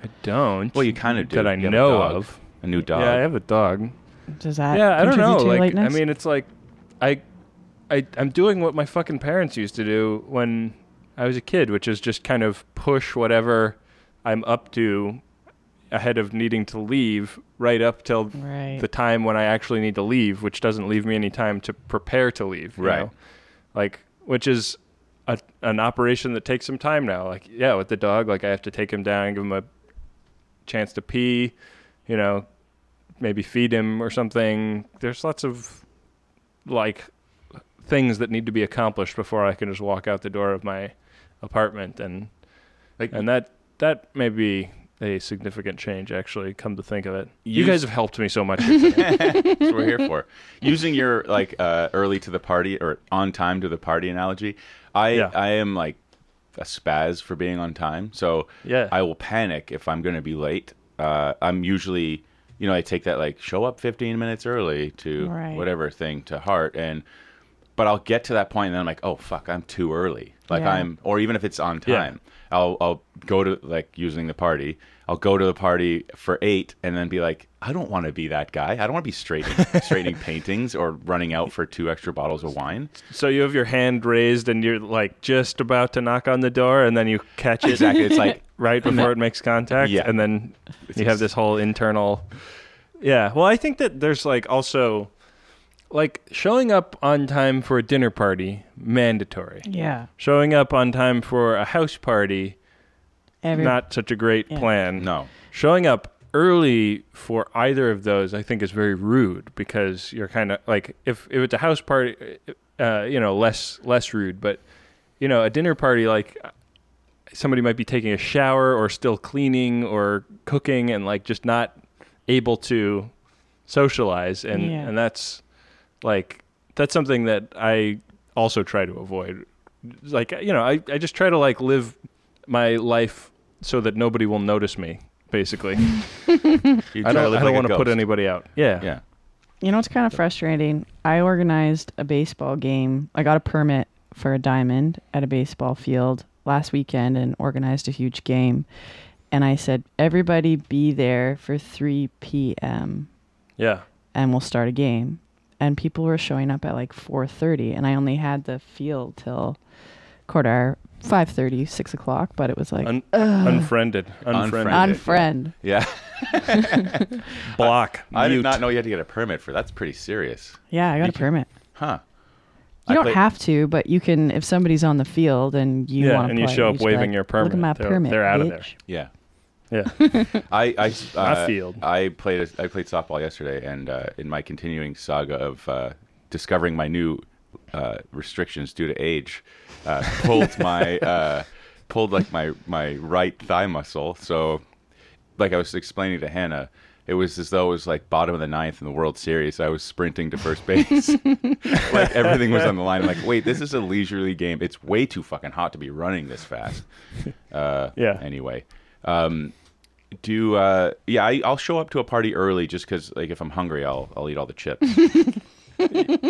[SPEAKER 2] I don't.
[SPEAKER 1] Well, you kind of do.
[SPEAKER 2] that I
[SPEAKER 1] You have a
[SPEAKER 2] know
[SPEAKER 1] dog,
[SPEAKER 2] of.
[SPEAKER 1] a new dog.
[SPEAKER 2] Yeah, I have a dog.
[SPEAKER 3] Does that
[SPEAKER 2] yeah, I don't
[SPEAKER 3] contribute
[SPEAKER 2] know.
[SPEAKER 3] to
[SPEAKER 2] Like, I
[SPEAKER 3] lateness?
[SPEAKER 2] mean, it's like, I, I, I'm doing what my fucking parents used to do when I was a kid, which is just kind of push whatever I'm up to ahead of needing to leave right up till
[SPEAKER 3] Right.
[SPEAKER 2] the time when I actually need to leave, which doesn't leave me any time to prepare to leave. you
[SPEAKER 1] Right.
[SPEAKER 2] know? Like, which is a, an operation that takes some time now. Like, yeah, with the dog, like I have to take him down, give him a chance to pee, you know, maybe feed him or something. There's lots of like things that need to be accomplished before I can just walk out the door of my apartment and
[SPEAKER 1] Like-
[SPEAKER 2] and that that may be a significant change actually come to think of it. You,
[SPEAKER 1] You-
[SPEAKER 2] guys have helped me so much. with that.
[SPEAKER 1] That's what we're here for. Using your like uh, early to the party or on time to the party analogy, I
[SPEAKER 2] Yeah.
[SPEAKER 1] I am like a spaz for being on time. So
[SPEAKER 2] Yeah.
[SPEAKER 1] I will panic if I'm going to be late. Uh, I'm usually, you know, I take that like show up 15 minutes early to
[SPEAKER 3] Right.
[SPEAKER 1] whatever thing to heart and. But I'll get to that point and then I'm like, oh fuck, I'm too early. Like
[SPEAKER 3] Yeah.
[SPEAKER 1] I'm, or even if it's on
[SPEAKER 2] Yeah.
[SPEAKER 1] time, I'll I'll go to like using the party. I'll go to the party for eight and then be like, I don't want to be that guy. I don't want to be straightening straightening paintings or running out for two extra bottles of wine.
[SPEAKER 2] so you have your hand raised and you're like just about to knock on the door and then you catch it
[SPEAKER 1] Exactly. It's like
[SPEAKER 2] right before it makes contact
[SPEAKER 1] Yeah.
[SPEAKER 2] and then you have this whole internal yeah well i think that there's like also like showing up on time for a dinner party mandatory
[SPEAKER 3] yeah,
[SPEAKER 2] showing up on time for a house party
[SPEAKER 3] every
[SPEAKER 2] not such a great
[SPEAKER 3] Yeah.
[SPEAKER 2] plan
[SPEAKER 1] no,
[SPEAKER 2] showing up early for either of those i think is very rude because you're kind of like if, if it's a house party uh, you know less less rude but you know a dinner party like somebody might be taking a shower or still cleaning or cooking and like just not able to socialize and
[SPEAKER 3] Yeah.
[SPEAKER 2] and that's like that's something that i also try to avoid like you know i, I just try to like live my life so that nobody will notice me basically
[SPEAKER 1] you
[SPEAKER 2] I
[SPEAKER 1] try
[SPEAKER 2] don't,
[SPEAKER 1] live
[SPEAKER 2] I don't
[SPEAKER 1] like a
[SPEAKER 2] want to put
[SPEAKER 1] ghost.
[SPEAKER 2] anybody out. Yeah.
[SPEAKER 1] Yeah,
[SPEAKER 3] You know it's kind of frustrating? I organized a baseball game. I got a permit for a diamond at a baseball field last weekend and organized a huge game. And I said, everybody be there for 3 p.m.
[SPEAKER 2] Yeah.
[SPEAKER 3] and we'll start a game. And people were showing up at like 4:30, and I only had the field till quarter 5:30, 6 o'clock. But it was like
[SPEAKER 2] Un- unfriended. Unfriended.
[SPEAKER 1] Unfriended.
[SPEAKER 3] unfriend.
[SPEAKER 1] yeah.
[SPEAKER 2] Block.
[SPEAKER 1] I did
[SPEAKER 2] mute.
[SPEAKER 1] not know you had to get a permit for. That's pretty serious,
[SPEAKER 3] Yeah, I got a permit.
[SPEAKER 1] huh? I
[SPEAKER 3] You don't
[SPEAKER 1] played-
[SPEAKER 3] have to, but you can if somebody's on the field and you
[SPEAKER 2] Yeah,
[SPEAKER 3] want to
[SPEAKER 2] and you show up waving your
[SPEAKER 3] Look
[SPEAKER 2] permit."
[SPEAKER 3] at my
[SPEAKER 2] They're-
[SPEAKER 3] permit.
[SPEAKER 2] they're outta
[SPEAKER 3] bitch."
[SPEAKER 1] Yeah.
[SPEAKER 2] Yeah.
[SPEAKER 1] I I,
[SPEAKER 2] I
[SPEAKER 1] uh,
[SPEAKER 2] field.
[SPEAKER 1] I played I played softball yesterday, and uh, in my continuing saga of uh, discovering my new uh, restrictions due to age, uh, pulled my uh, pulled like my my right thigh muscle. So, like I was explaining to Hannah. It was as though it was like bottom of the ninth in the World Series. I was sprinting to first base. like everything was on the line. I'm like, wait, this is a leisurely game. It's way too fucking hot to be running this fast. Uh,
[SPEAKER 2] Yeah.
[SPEAKER 1] Anyway, um, do uh, yeah, I, I'll show up to a party early just because like if I'm hungry, I'll I'll eat all the chips.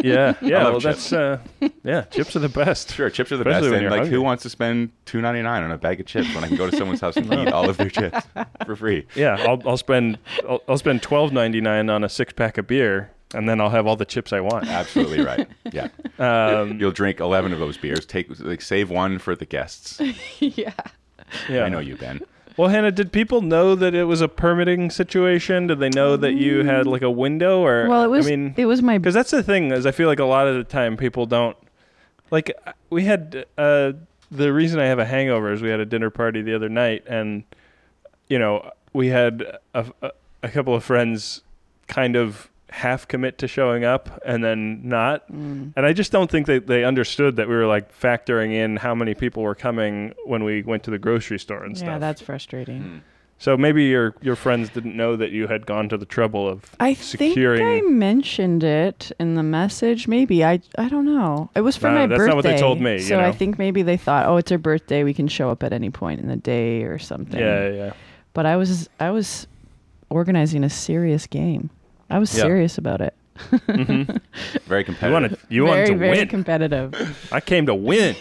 [SPEAKER 2] yeah, yeah.
[SPEAKER 1] love
[SPEAKER 2] Well,
[SPEAKER 1] chips.
[SPEAKER 2] that's uh, yeah. Chips are the best.
[SPEAKER 1] Sure, chips are the
[SPEAKER 2] Especially
[SPEAKER 1] best.
[SPEAKER 2] when
[SPEAKER 1] And
[SPEAKER 2] you're
[SPEAKER 1] like,
[SPEAKER 2] hungry.
[SPEAKER 1] who wants to spend two ninety nine on a bag of chips when I can go to someone's house and eat all of their chips for free?
[SPEAKER 2] Yeah, I'll I'll spend I'll, I'll spend twelve ninety nine on a six pack of beer, and then I'll have all the chips I want.
[SPEAKER 1] Absolutely right. Yeah,
[SPEAKER 2] Um,
[SPEAKER 1] you'll drink eleven of those beers. Take like save one for the guests.
[SPEAKER 3] yeah.
[SPEAKER 2] yeah.
[SPEAKER 1] I know you, Ben.
[SPEAKER 2] Well, Hannah, did people know that it was a permitting situation? Did they know that you had like a window or?
[SPEAKER 3] Well, it was.
[SPEAKER 2] I mean,
[SPEAKER 3] it was my.
[SPEAKER 2] because that's the thing is I feel like a lot of the time people don't like uh, we had uh the reason I have a hangover is we had a dinner party the other night and you know we had a, a, a couple of friends kind of half commit to showing up and then not
[SPEAKER 3] Mm.
[SPEAKER 2] and I just don't think that they understood that we were like factoring in how many people were coming when we went to the grocery store and
[SPEAKER 3] Yeah,
[SPEAKER 2] stuff.
[SPEAKER 3] that's frustrating.
[SPEAKER 1] Hmm.
[SPEAKER 2] so maybe your your friends didn't know that you had gone to the trouble of
[SPEAKER 3] I
[SPEAKER 2] Securing-
[SPEAKER 3] think I mentioned it in the message. Maybe I. I don't know. It was for
[SPEAKER 2] No,
[SPEAKER 3] my
[SPEAKER 2] that's
[SPEAKER 3] birthday.
[SPEAKER 2] not what they told me, you
[SPEAKER 3] So I
[SPEAKER 2] know?
[SPEAKER 3] think maybe they thought, oh, it's her birthday. We can show up at any point in the day or something.
[SPEAKER 2] yeah yeah
[SPEAKER 3] But I was. I was organizing a serious game. I was
[SPEAKER 2] Yeah.
[SPEAKER 3] serious about it.
[SPEAKER 2] Mm-hmm.
[SPEAKER 1] Very
[SPEAKER 2] you
[SPEAKER 1] competitive.
[SPEAKER 2] want to you
[SPEAKER 3] very,
[SPEAKER 2] want to
[SPEAKER 3] very
[SPEAKER 2] win
[SPEAKER 3] competitive.
[SPEAKER 2] I came to win.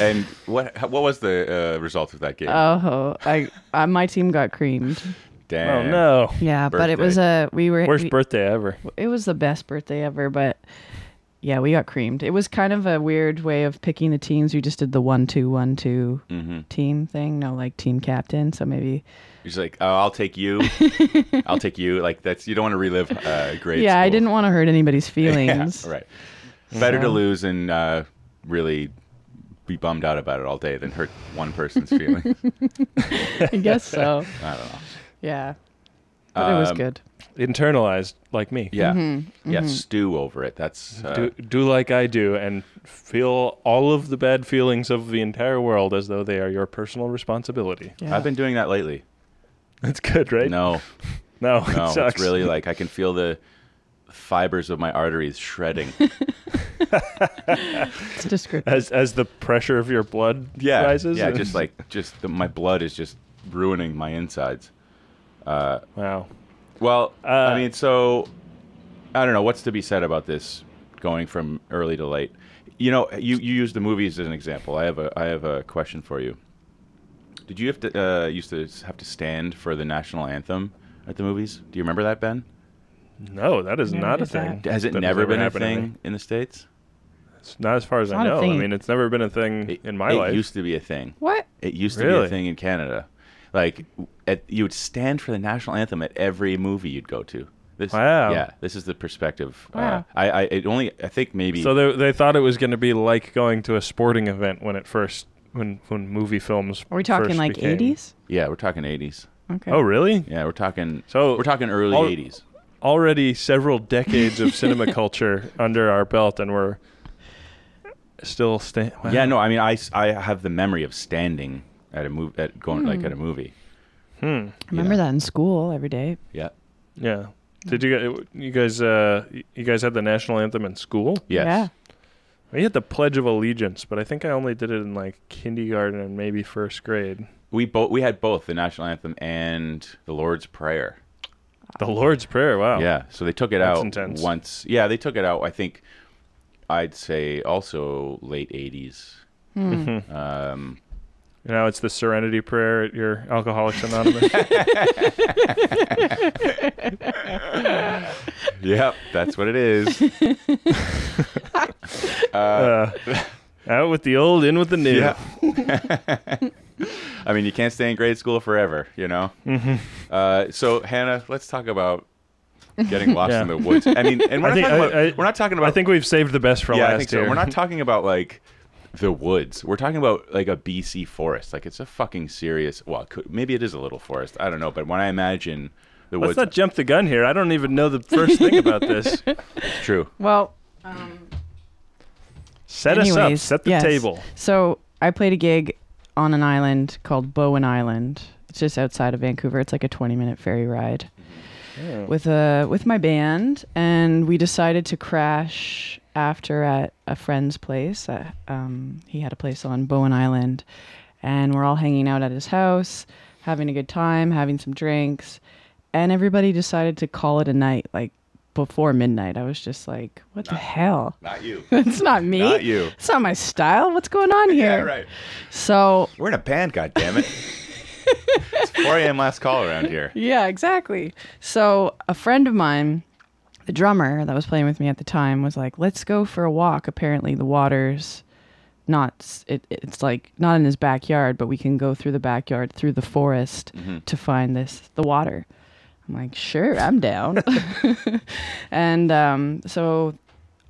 [SPEAKER 1] And what what was the uh, result of that game?
[SPEAKER 3] oh, I, I. My team got creamed.
[SPEAKER 2] oh
[SPEAKER 1] Damn.
[SPEAKER 2] no.
[SPEAKER 3] Yeah, but it
[SPEAKER 1] Birthday.
[SPEAKER 3] was a. We were.
[SPEAKER 2] Worst
[SPEAKER 3] we-
[SPEAKER 2] birthday ever.
[SPEAKER 3] it was the best birthday ever, but yeah, we got creamed. It was kind of a weird way of picking the teams. We just did the one two one two
[SPEAKER 1] Mm-hmm.
[SPEAKER 3] team thing, no like team captain. So maybe
[SPEAKER 1] He's like, oh, I'll take you. I'll take you. Like that's you don't want to relive uh, grade.
[SPEAKER 3] yeah, I
[SPEAKER 1] school.
[SPEAKER 3] didn't want to hurt anybody's feelings.
[SPEAKER 1] Yeah, right. Better to
[SPEAKER 3] So-
[SPEAKER 1] lose and uh, really be bummed out about it all day than hurt one person's feelings.
[SPEAKER 3] I guess so.
[SPEAKER 1] I don't know.
[SPEAKER 3] Yeah, but it was
[SPEAKER 1] Um,
[SPEAKER 3] good. Mm-hmm.
[SPEAKER 2] Internalized like me.
[SPEAKER 1] Yeah. Yeah. Stew over it. That's uh,
[SPEAKER 2] Do, do like I do and feel all of the bad feelings of the entire world as though they are your personal responsibility.
[SPEAKER 3] mm-hmm. Yeah.
[SPEAKER 1] I've been doing that lately.
[SPEAKER 2] That's good, right?
[SPEAKER 1] No,
[SPEAKER 2] no, it
[SPEAKER 1] no,
[SPEAKER 2] sucks.
[SPEAKER 1] it's really like I can feel the fibers of my arteries shredding.
[SPEAKER 3] it's descriptive.
[SPEAKER 2] as as the pressure of your blood
[SPEAKER 1] yeah,
[SPEAKER 2] rises.
[SPEAKER 1] yeah,
[SPEAKER 2] and-
[SPEAKER 1] just like just the, my blood is just ruining my insides.
[SPEAKER 2] wow.
[SPEAKER 1] Well,
[SPEAKER 2] Uh,
[SPEAKER 1] I mean, so I don't know what's to be said about this going from early to late. You know, you you use the movies as an example. I have a I have a question for you. Did you have to uh, used to have to stand for the national anthem at the movies? Do you remember that, Ben?
[SPEAKER 2] No, that is
[SPEAKER 3] Never
[SPEAKER 2] not a
[SPEAKER 3] did that.
[SPEAKER 2] thing.
[SPEAKER 1] Has it
[SPEAKER 2] That has
[SPEAKER 1] never been a
[SPEAKER 2] happened to me.
[SPEAKER 1] thing in the states?
[SPEAKER 2] It's not as far as I
[SPEAKER 3] not a
[SPEAKER 2] know. I
[SPEAKER 3] thing.
[SPEAKER 2] mean, it's never been a thing
[SPEAKER 1] It-
[SPEAKER 2] in my
[SPEAKER 1] it
[SPEAKER 2] life.
[SPEAKER 1] used to be a thing.
[SPEAKER 3] What?
[SPEAKER 1] It used to be
[SPEAKER 2] Really?
[SPEAKER 1] a thing in Canada. Like at, you would stand for the national anthem at every movie you'd go to. This,
[SPEAKER 2] Wow.
[SPEAKER 1] Yeah, this is the perspective. Uh,
[SPEAKER 3] Wow.
[SPEAKER 1] I, I it only I think maybe
[SPEAKER 2] So they they thought it was going to be like going to a sporting event when it first when when movie films.
[SPEAKER 3] Are we talking
[SPEAKER 2] first
[SPEAKER 3] like
[SPEAKER 2] became-
[SPEAKER 3] eighties?
[SPEAKER 1] yeah, we're talking 80s.
[SPEAKER 3] Okay.
[SPEAKER 2] Oh, really?
[SPEAKER 1] Yeah, we're talking
[SPEAKER 2] So-
[SPEAKER 1] we're talking early
[SPEAKER 2] All-
[SPEAKER 1] 80s.
[SPEAKER 2] Already several decades of cinema culture under our belt, and we're still staying.
[SPEAKER 1] Yeah, no, I mean I, s- I have the memory of standing at a move at going like at a movie.
[SPEAKER 2] Hmm.
[SPEAKER 3] I remember that in school every day.
[SPEAKER 1] Yeah.
[SPEAKER 2] Yeah. Did you guys? You guys? Uh, you guys had the national anthem in school?
[SPEAKER 1] Yes.
[SPEAKER 3] Yeah.
[SPEAKER 2] We had the Pledge of Allegiance, but I think I only did it in like kindergarten and maybe first grade.
[SPEAKER 1] We both we had both the national anthem and the Lord's Prayer.
[SPEAKER 2] The Lord's Prayer. Wow.
[SPEAKER 1] Yeah, so they took it
[SPEAKER 2] Oh, That's
[SPEAKER 1] out
[SPEAKER 2] intense.
[SPEAKER 1] once. Yeah, they took it out. I think I'd say also late 80s.
[SPEAKER 3] Hmm. Mm.
[SPEAKER 1] Um,
[SPEAKER 2] Mm-hmm. Now it's the Serenity Prayer at your Alcoholics Anonymous.
[SPEAKER 1] yep, that's what it is.
[SPEAKER 2] uh, out with the old, in with the new.
[SPEAKER 1] Yeah. I mean, you can't stay in grade school forever, you know?
[SPEAKER 2] Mm-hmm.
[SPEAKER 1] Uh, so, Hannah, let's talk about getting lost
[SPEAKER 2] Yeah.
[SPEAKER 1] in the woods. I mean, and we're, not,
[SPEAKER 2] I think-
[SPEAKER 1] talking about,
[SPEAKER 2] I- I-
[SPEAKER 1] we're not talking about.
[SPEAKER 2] I think we've saved the best for
[SPEAKER 1] yeah,
[SPEAKER 2] last
[SPEAKER 1] I think so.
[SPEAKER 2] here.
[SPEAKER 1] We're not talking about, like, the woods. We're talking about, like, a BC forest. Like, it's a fucking serious. Well, it could, maybe it is a little forest. I don't know. But when I imagine the
[SPEAKER 2] Let's
[SPEAKER 1] woods.
[SPEAKER 2] not jump the gun here. I don't even know the first thing about this.
[SPEAKER 1] true.
[SPEAKER 3] Well,
[SPEAKER 2] Set us up.
[SPEAKER 3] Anyways,
[SPEAKER 2] Set the
[SPEAKER 3] yes.
[SPEAKER 2] table.
[SPEAKER 3] So I played a gig on an island called Bowen Island. It's just outside of Vancouver. It's like a 20 minute ferry ride with a with my band, and we decided to crash after at a friend's place. Uh, um, he had a place on Bowen Island, and we're all hanging out at his house, having a good time, having some drinks, and everybody decided to call it a night. Like before midnight. I was just like, what the hell?
[SPEAKER 1] Not you.
[SPEAKER 3] It's not me.
[SPEAKER 1] Not you.
[SPEAKER 3] It's not my style. What's going on here?
[SPEAKER 1] Yeah, right.
[SPEAKER 3] So
[SPEAKER 1] We're in a band, God damn it. it's 4 a.m. last call around here.
[SPEAKER 3] Yeah, exactly. So a friend of mine, the drummer that was playing with me at the time, was like, "Let's go for a walk." Apparently, the water's not s- it, it's like not in his backyard, but we can go through the backyard through the forest
[SPEAKER 1] Mm-hmm.
[SPEAKER 3] to find this the water. I'm like, sure, I'm down. and um, so,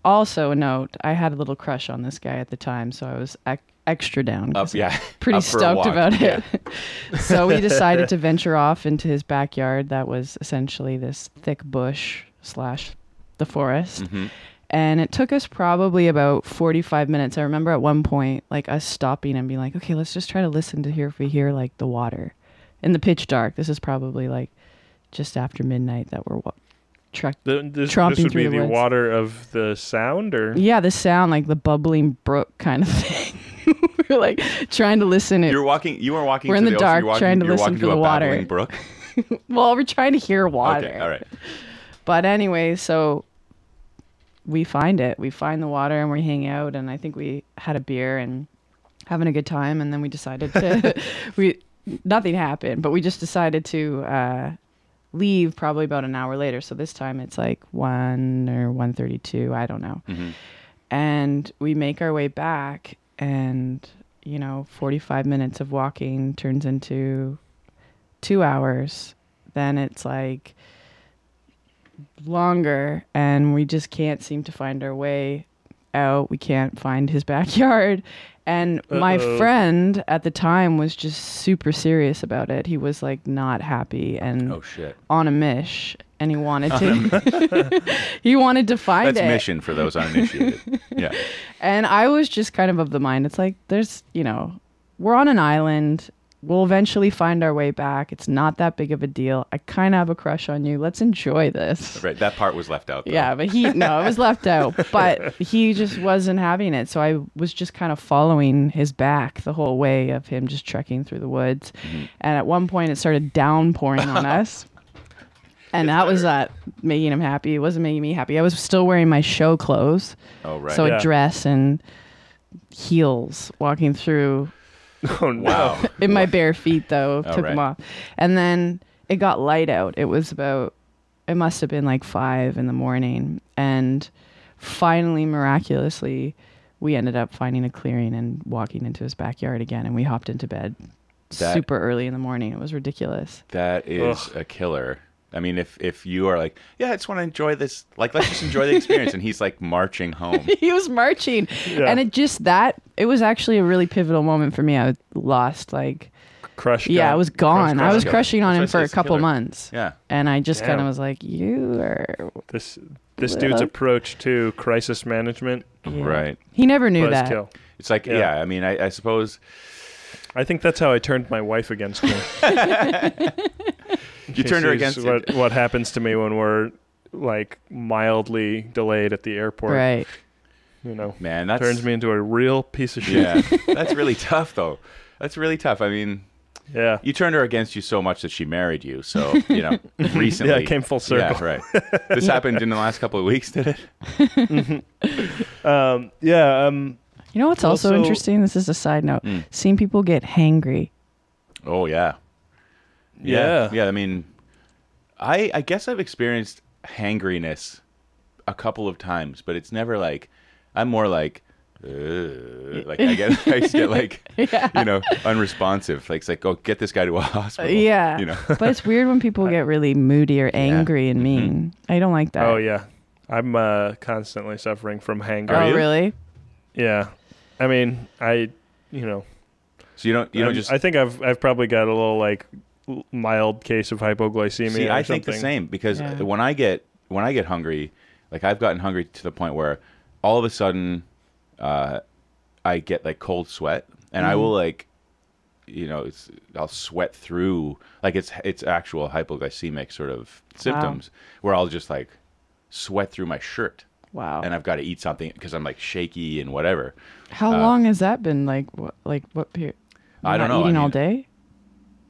[SPEAKER 3] also a note, I had a little crush on this guy at the time, so I was ec- extra down.
[SPEAKER 1] Up,
[SPEAKER 3] 'cause
[SPEAKER 1] yeah.
[SPEAKER 3] pretty
[SPEAKER 1] Up for a
[SPEAKER 3] stoked
[SPEAKER 1] walk.
[SPEAKER 3] about
[SPEAKER 1] Yeah.
[SPEAKER 3] it. so we decided to venture off into his backyard that was essentially this thick bush slash the
[SPEAKER 1] Mm.
[SPEAKER 3] forest.
[SPEAKER 1] Mm-hmm.
[SPEAKER 3] And it took us probably about 45 minutes. I remember at one point, like us stopping and being like, okay, let's just try to listen to hear if we hear like the water in the pitch dark. This is probably like just after midnight that we're wa- trek-
[SPEAKER 4] The, this,
[SPEAKER 3] Tromping
[SPEAKER 4] this would
[SPEAKER 3] through
[SPEAKER 4] be
[SPEAKER 3] the
[SPEAKER 4] the,
[SPEAKER 3] woods.
[SPEAKER 4] water of the sound, or
[SPEAKER 3] Yeah, the sound, like the bubbling brook kind of thing. we're like trying to listen. It
[SPEAKER 1] You're walking. You were walking.
[SPEAKER 3] We're
[SPEAKER 1] to
[SPEAKER 3] in the
[SPEAKER 1] ocean,
[SPEAKER 3] dark
[SPEAKER 1] you're walking,
[SPEAKER 3] trying to
[SPEAKER 1] you're
[SPEAKER 3] listen
[SPEAKER 1] walking
[SPEAKER 3] for
[SPEAKER 1] to
[SPEAKER 3] the
[SPEAKER 1] a
[SPEAKER 3] water.
[SPEAKER 1] babbling brook.
[SPEAKER 3] well, we're trying to hear water.
[SPEAKER 1] Okay, all right.
[SPEAKER 3] But anyway, so we find it. We find the water and we hang out. And I think we had a beer and having a good time. And then we decided to, we nothing happened, but we just decided to uh, leave probably about an hour later. So this time it's like one or one thirty-two. I don't know.
[SPEAKER 1] Mm-hmm.
[SPEAKER 3] And we make our way back, and you know, forty-five minutes of walking turns into two hours. Then it's like longer and we just can't seem to find our way out. We can't find his backyard. And my
[SPEAKER 4] Uh-oh.
[SPEAKER 3] friend at the time was just super serious about it. He was like not happy and
[SPEAKER 1] Oh shit.
[SPEAKER 3] on a mish and he wanted to he wanted to find
[SPEAKER 1] That's
[SPEAKER 3] it.
[SPEAKER 1] mission for those uninitiated. yeah.
[SPEAKER 3] And I was just kind of of the mind. It's like there's, you know, we're on an island. We'll eventually find our way back. It's not that big of a deal. I kind of have a crush on you. Let's enjoy this.
[SPEAKER 1] Right. That part was left out. Though.
[SPEAKER 3] Yeah, but he no, it was left out. But he just wasn't having it. So I was just kind of following his back the whole way of him just trekking through the woods. And at one point it started downpouring on us. And that was that making him happy. It wasn't making me happy. I was still wearing my show clothes.
[SPEAKER 1] Oh right.
[SPEAKER 3] So
[SPEAKER 4] Yeah.
[SPEAKER 3] a dress and heels walking through
[SPEAKER 4] oh no,
[SPEAKER 1] wow.
[SPEAKER 3] in my bare feet though
[SPEAKER 1] Oh,
[SPEAKER 3] took
[SPEAKER 1] right.
[SPEAKER 3] them off and then it got light out it was about it must have been like five in the morning and finally miraculously we ended up finding a clearing and walking into his backyard again and we hopped into bed
[SPEAKER 1] That-
[SPEAKER 3] super early in the morning it was ridiculous
[SPEAKER 1] That is a killer. I mean, if if you are like, yeah, I just want to enjoy this. Like, let's just enjoy the experience. and he's like marching home.
[SPEAKER 3] he was marching and it just that it was actually a really pivotal moment for me i lost like
[SPEAKER 4] crushed.
[SPEAKER 3] yeah i
[SPEAKER 4] up.
[SPEAKER 3] was gone
[SPEAKER 1] crush
[SPEAKER 3] i was
[SPEAKER 1] killer.
[SPEAKER 3] crushing
[SPEAKER 1] That's why
[SPEAKER 3] on
[SPEAKER 1] I
[SPEAKER 3] him
[SPEAKER 1] say
[SPEAKER 3] for a
[SPEAKER 1] it's a
[SPEAKER 3] couple
[SPEAKER 1] killer.
[SPEAKER 3] months
[SPEAKER 1] Yeah.
[SPEAKER 3] and i just kind
[SPEAKER 4] Damn.
[SPEAKER 3] of was like you are
[SPEAKER 4] This this dude's
[SPEAKER 3] Yeah.
[SPEAKER 4] approach to crisis management
[SPEAKER 3] Yeah.
[SPEAKER 1] Right.
[SPEAKER 3] He never knew that.
[SPEAKER 4] buzzkill.
[SPEAKER 1] It's like, yeah.
[SPEAKER 4] Yeah.
[SPEAKER 1] I mean, I, I suppose
[SPEAKER 4] I think that's how I turned my wife against me.
[SPEAKER 1] you turned her against.
[SPEAKER 4] what, what happens to me when we're like mildly delayed at the airport.
[SPEAKER 3] Right.
[SPEAKER 4] You know,
[SPEAKER 1] Man, that's
[SPEAKER 4] turns me into a real piece of shit.
[SPEAKER 1] Yeah, that's really tough though. That's really tough. I mean,
[SPEAKER 4] Yeah.
[SPEAKER 1] you turned her against you so much that she married you. So you know, recently,
[SPEAKER 4] Yeah, it came full circle.
[SPEAKER 1] Yeah, right. This happened in the last couple of weeks, did it?
[SPEAKER 4] Um, yeah. Um,
[SPEAKER 3] You know what's also,
[SPEAKER 4] Also-
[SPEAKER 3] interesting? This is a side note.
[SPEAKER 1] Hmm.
[SPEAKER 3] Seeing people get hangry.
[SPEAKER 1] Oh yeah.
[SPEAKER 4] yeah.
[SPEAKER 1] yeah. I mean, I I guess I've experienced hangriness a couple of times, but it's never like I'm more like. "Ugh," like I get, I just get like you know unresponsive. Like it's like, oh, get this guy to a hospital.
[SPEAKER 3] yeah.
[SPEAKER 1] you know.
[SPEAKER 3] but it's weird when people get really moody or angry and
[SPEAKER 1] Mm-hmm.
[SPEAKER 3] mean. I don't like that.
[SPEAKER 4] Oh yeah. I'm uh, constantly suffering from
[SPEAKER 3] Oh,
[SPEAKER 4] hanger.
[SPEAKER 1] Are you?
[SPEAKER 3] really?
[SPEAKER 4] Yeah. I mean, I, you know,
[SPEAKER 1] So you don't you don't
[SPEAKER 4] I'm-
[SPEAKER 1] just
[SPEAKER 4] I think I've I've probably got a little like l- mild case of hypoglycemia.
[SPEAKER 1] See,
[SPEAKER 4] or
[SPEAKER 1] I think the
[SPEAKER 4] something.
[SPEAKER 1] same because
[SPEAKER 3] Yeah.
[SPEAKER 1] when I get when I get hungry, like I've gotten hungry to the point where all of a sudden uh, I get like cold sweat, and
[SPEAKER 3] Mm-hmm.
[SPEAKER 1] I will like you know it's I'll sweat through like it's it's actual hypoglycemic sort of symptoms where I'll just like sweat through my shirt.
[SPEAKER 3] Wow.
[SPEAKER 1] And I've got to eat something because I'm like shaky and whatever.
[SPEAKER 3] How long has that been? Like what like what period?
[SPEAKER 1] uh, I don't
[SPEAKER 3] Not
[SPEAKER 1] know. I
[SPEAKER 3] Eating all
[SPEAKER 1] mean-
[SPEAKER 3] day?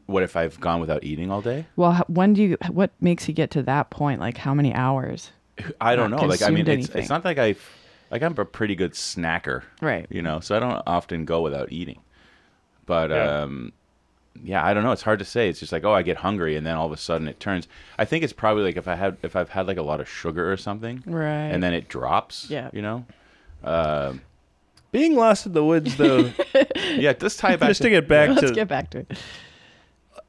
[SPEAKER 1] What if I've gone without eating all day?
[SPEAKER 3] Well, h- when do you what makes you get to that point? Like how many hours?
[SPEAKER 1] I don't
[SPEAKER 3] not
[SPEAKER 1] know. Like I mean,
[SPEAKER 3] consumed
[SPEAKER 1] it's
[SPEAKER 3] anything.
[SPEAKER 1] it's not like I like I'm a pretty good snacker,
[SPEAKER 3] Right.
[SPEAKER 1] You know, so I don't often go without eating. But
[SPEAKER 2] Yeah.
[SPEAKER 1] um, yeah, I don't know. It's hard to say. It's just like oh, I get hungry, and then all of a sudden it turns. I think it's probably like if I had if I've had like a lot of sugar or something,
[SPEAKER 3] Right.
[SPEAKER 1] And then it drops.
[SPEAKER 3] Yeah.
[SPEAKER 1] you know. Um,
[SPEAKER 2] Being lost in the woods, though,
[SPEAKER 1] Yeah, let's tie it back.
[SPEAKER 2] just
[SPEAKER 1] to-
[SPEAKER 2] to get back
[SPEAKER 3] Let's
[SPEAKER 2] to
[SPEAKER 3] get back to it.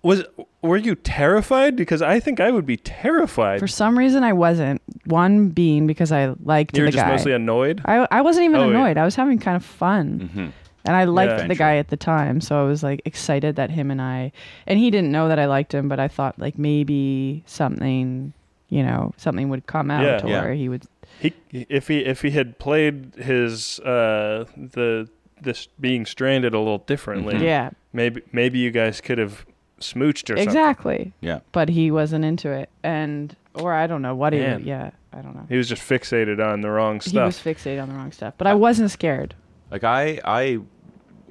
[SPEAKER 2] was were you terrified? Because I think I would be terrified.
[SPEAKER 3] For some reason, I wasn't one bean because I liked
[SPEAKER 2] you were
[SPEAKER 3] the
[SPEAKER 2] just
[SPEAKER 3] guy.
[SPEAKER 2] mostly annoyed.
[SPEAKER 3] I I wasn't even
[SPEAKER 2] Oh, yeah. Hmm.
[SPEAKER 3] annoyed. I was having kind of fun,
[SPEAKER 1] Mm-hmm.
[SPEAKER 3] and I liked
[SPEAKER 2] Yeah.
[SPEAKER 3] the guy at the time, so I was like excited that him and I, and he didn't know that I liked him, but I thought like maybe something, you know, something would come out
[SPEAKER 2] Yeah.
[SPEAKER 3] to
[SPEAKER 1] Yeah.
[SPEAKER 3] where he would.
[SPEAKER 2] He if he if he had played his uh the this being stranded a little differently,
[SPEAKER 1] Mhm.
[SPEAKER 3] Mm-hmm. Yeah,
[SPEAKER 2] maybe maybe you guys could have smooched or something.
[SPEAKER 3] exactly.
[SPEAKER 1] Yeah.
[SPEAKER 3] But he wasn't into it, and or I don't know what he.
[SPEAKER 2] Man.
[SPEAKER 3] Yeah, I don't know.
[SPEAKER 2] He was just fixated on the wrong
[SPEAKER 3] He was
[SPEAKER 2] stuff.
[SPEAKER 3] fixated on the wrong stuff, but I wasn't scared.
[SPEAKER 1] Like I, I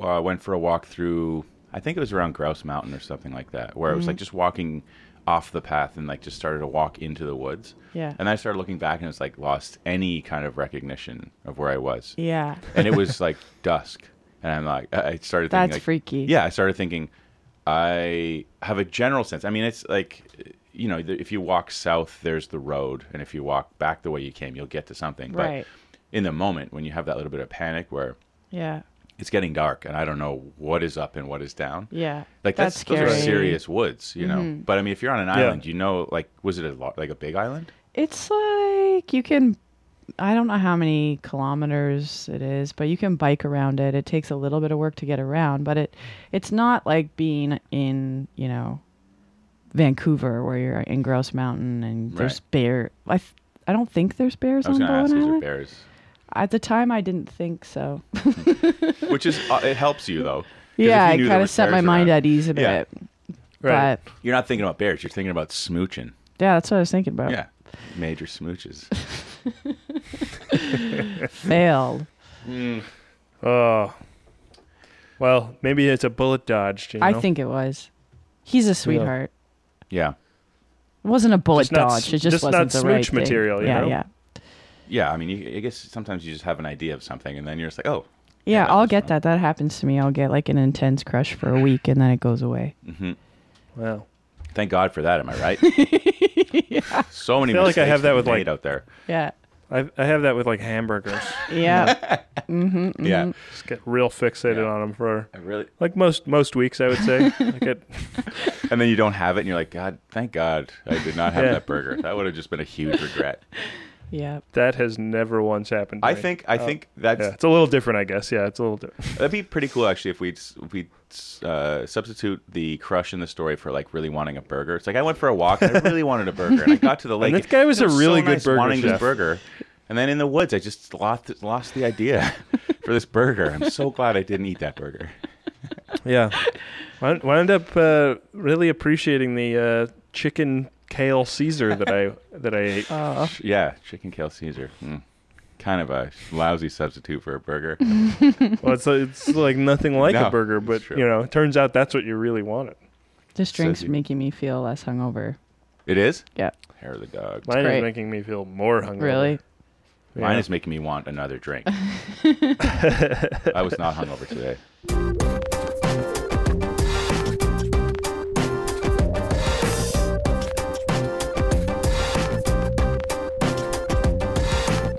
[SPEAKER 1] uh, went for a walk through. I think it was around Grouse Mountain or something like that, where I was like
[SPEAKER 2] Mm-hmm.
[SPEAKER 1] just walking off the path and like just started to walk into the woods.
[SPEAKER 3] Yeah.
[SPEAKER 1] And I started looking back and it's like lost any kind of recognition of where I was,
[SPEAKER 3] Yeah,
[SPEAKER 1] and it was like dusk. And I'm like, I I started thinking
[SPEAKER 3] that's
[SPEAKER 1] like,
[SPEAKER 3] freaky.
[SPEAKER 1] yeah, I started thinking I have a general sense. I mean, it's like you know, the- if you walk south, there's the road, and if you walk back the way you came, you'll get to something.
[SPEAKER 3] Right.
[SPEAKER 1] But in the moment, when you have that little bit of panic, where
[SPEAKER 3] Yeah.
[SPEAKER 1] it's getting dark and I don't know what is up and what is down.
[SPEAKER 3] Yeah.
[SPEAKER 1] Like that's,
[SPEAKER 3] that's
[SPEAKER 1] those are
[SPEAKER 3] scary. Mm-hmm.
[SPEAKER 1] serious woods, you know. But I mean, if you're on an
[SPEAKER 2] Yeah.
[SPEAKER 1] island, you know, like was it a lot, like a big island?
[SPEAKER 3] It's like you can I don't know how many kilometers it is, but you can bike around it. It takes a little bit of work to get around, but it it's not like being in, you know, Vancouver where you're in Grouse Mountain and there's
[SPEAKER 1] Right.
[SPEAKER 3] bear I th- I don't think there's bears
[SPEAKER 1] I was
[SPEAKER 3] on
[SPEAKER 1] gonna ask,
[SPEAKER 3] Bowen
[SPEAKER 1] is there
[SPEAKER 3] Island.
[SPEAKER 1] bears?
[SPEAKER 3] At the time I didn't think so.
[SPEAKER 1] Which is uh, it helps you though. 'Cause if
[SPEAKER 3] yeah,
[SPEAKER 1] you
[SPEAKER 3] I
[SPEAKER 1] knew there
[SPEAKER 3] kind of
[SPEAKER 1] was
[SPEAKER 3] set my
[SPEAKER 1] bears
[SPEAKER 3] mind
[SPEAKER 1] around,
[SPEAKER 3] at ease a bit.
[SPEAKER 1] Yeah.
[SPEAKER 2] Right.
[SPEAKER 3] But
[SPEAKER 1] You're not thinking about bears. You're thinking about smooching.
[SPEAKER 3] yeah, that's what I was thinking about.
[SPEAKER 1] Yeah, major smooches.
[SPEAKER 3] Failed.
[SPEAKER 2] Oh. Well, maybe it's a bullet dodged. You know?
[SPEAKER 3] I think it was. He's a sweetheart.
[SPEAKER 1] yeah,
[SPEAKER 3] It wasn't a bullet
[SPEAKER 2] Just not
[SPEAKER 3] dodge.
[SPEAKER 2] s-
[SPEAKER 3] it just,
[SPEAKER 2] just
[SPEAKER 3] wasn't
[SPEAKER 2] not
[SPEAKER 3] the right
[SPEAKER 2] smooch material,
[SPEAKER 3] Thing.
[SPEAKER 2] you
[SPEAKER 3] yeah,
[SPEAKER 2] know?
[SPEAKER 3] yeah,
[SPEAKER 1] yeah. I mean, you, I guess sometimes you just have an idea of something, and then you're just like, oh,
[SPEAKER 3] yeah.
[SPEAKER 1] that
[SPEAKER 3] I'll
[SPEAKER 1] was
[SPEAKER 3] get
[SPEAKER 1] wrong.
[SPEAKER 3] that. That happens to me. I'll get like an intense crush for a week, and then it goes away.
[SPEAKER 1] hmm
[SPEAKER 2] Wow.
[SPEAKER 1] thank God for that. Am I right? So many.
[SPEAKER 2] I feel like I
[SPEAKER 1] mistakes
[SPEAKER 2] have that
[SPEAKER 1] we've
[SPEAKER 2] with, like-
[SPEAKER 1] made out there.
[SPEAKER 3] Yeah,
[SPEAKER 2] I I have that with like hamburgers.
[SPEAKER 3] yeah. Mm-hmm,
[SPEAKER 1] Yeah,
[SPEAKER 2] just get real fixated
[SPEAKER 1] Yeah.
[SPEAKER 2] on them for
[SPEAKER 1] I really.
[SPEAKER 2] like most most weeks. I would say. I get
[SPEAKER 1] And then you don't have it, and you're like, God, thank God I did not have
[SPEAKER 2] Yeah.
[SPEAKER 1] that burger. That would have just been a huge regret.
[SPEAKER 3] yeah.
[SPEAKER 2] that has never once happened. To
[SPEAKER 1] I
[SPEAKER 2] me.
[SPEAKER 1] think, I
[SPEAKER 2] Oh.
[SPEAKER 1] think that's
[SPEAKER 2] Yeah, it's a little different, I guess. Yeah, it's a little different.
[SPEAKER 1] that'd be pretty cool actually if we if we uh, substitute the crush in the story for like really wanting a burger. It's like I went for a walk, and I really wanted a burger, and I got to the lake.
[SPEAKER 2] this guy was
[SPEAKER 1] it
[SPEAKER 2] a really
[SPEAKER 1] so
[SPEAKER 2] good
[SPEAKER 1] nice
[SPEAKER 2] burger
[SPEAKER 1] wanting this
[SPEAKER 2] chef.
[SPEAKER 1] burger, and then in the woods, I just lost lost the idea for this burger. I'm so glad I didn't eat that burger.
[SPEAKER 2] Yeah, wound, wound up uh, really appreciating the uh, chicken kale Caesar that I that I ate.
[SPEAKER 3] Oh,
[SPEAKER 1] Yeah, chicken kale Caesar. Mm. Kind of a lousy substitute for a burger.
[SPEAKER 2] Well, it's it's like nothing like
[SPEAKER 1] No,
[SPEAKER 2] a burger,
[SPEAKER 1] it's
[SPEAKER 2] but
[SPEAKER 1] true.
[SPEAKER 2] you know, it turns out that's what you really wanted.
[SPEAKER 3] this drink's
[SPEAKER 1] Says you-
[SPEAKER 3] making me feel less hungover.
[SPEAKER 1] It is
[SPEAKER 3] Yeah,
[SPEAKER 1] hair of the dog.
[SPEAKER 2] Mine
[SPEAKER 3] great.
[SPEAKER 2] is making me feel more hungry.
[SPEAKER 3] really.
[SPEAKER 1] Mine is making me want another drink. I was not hungover today.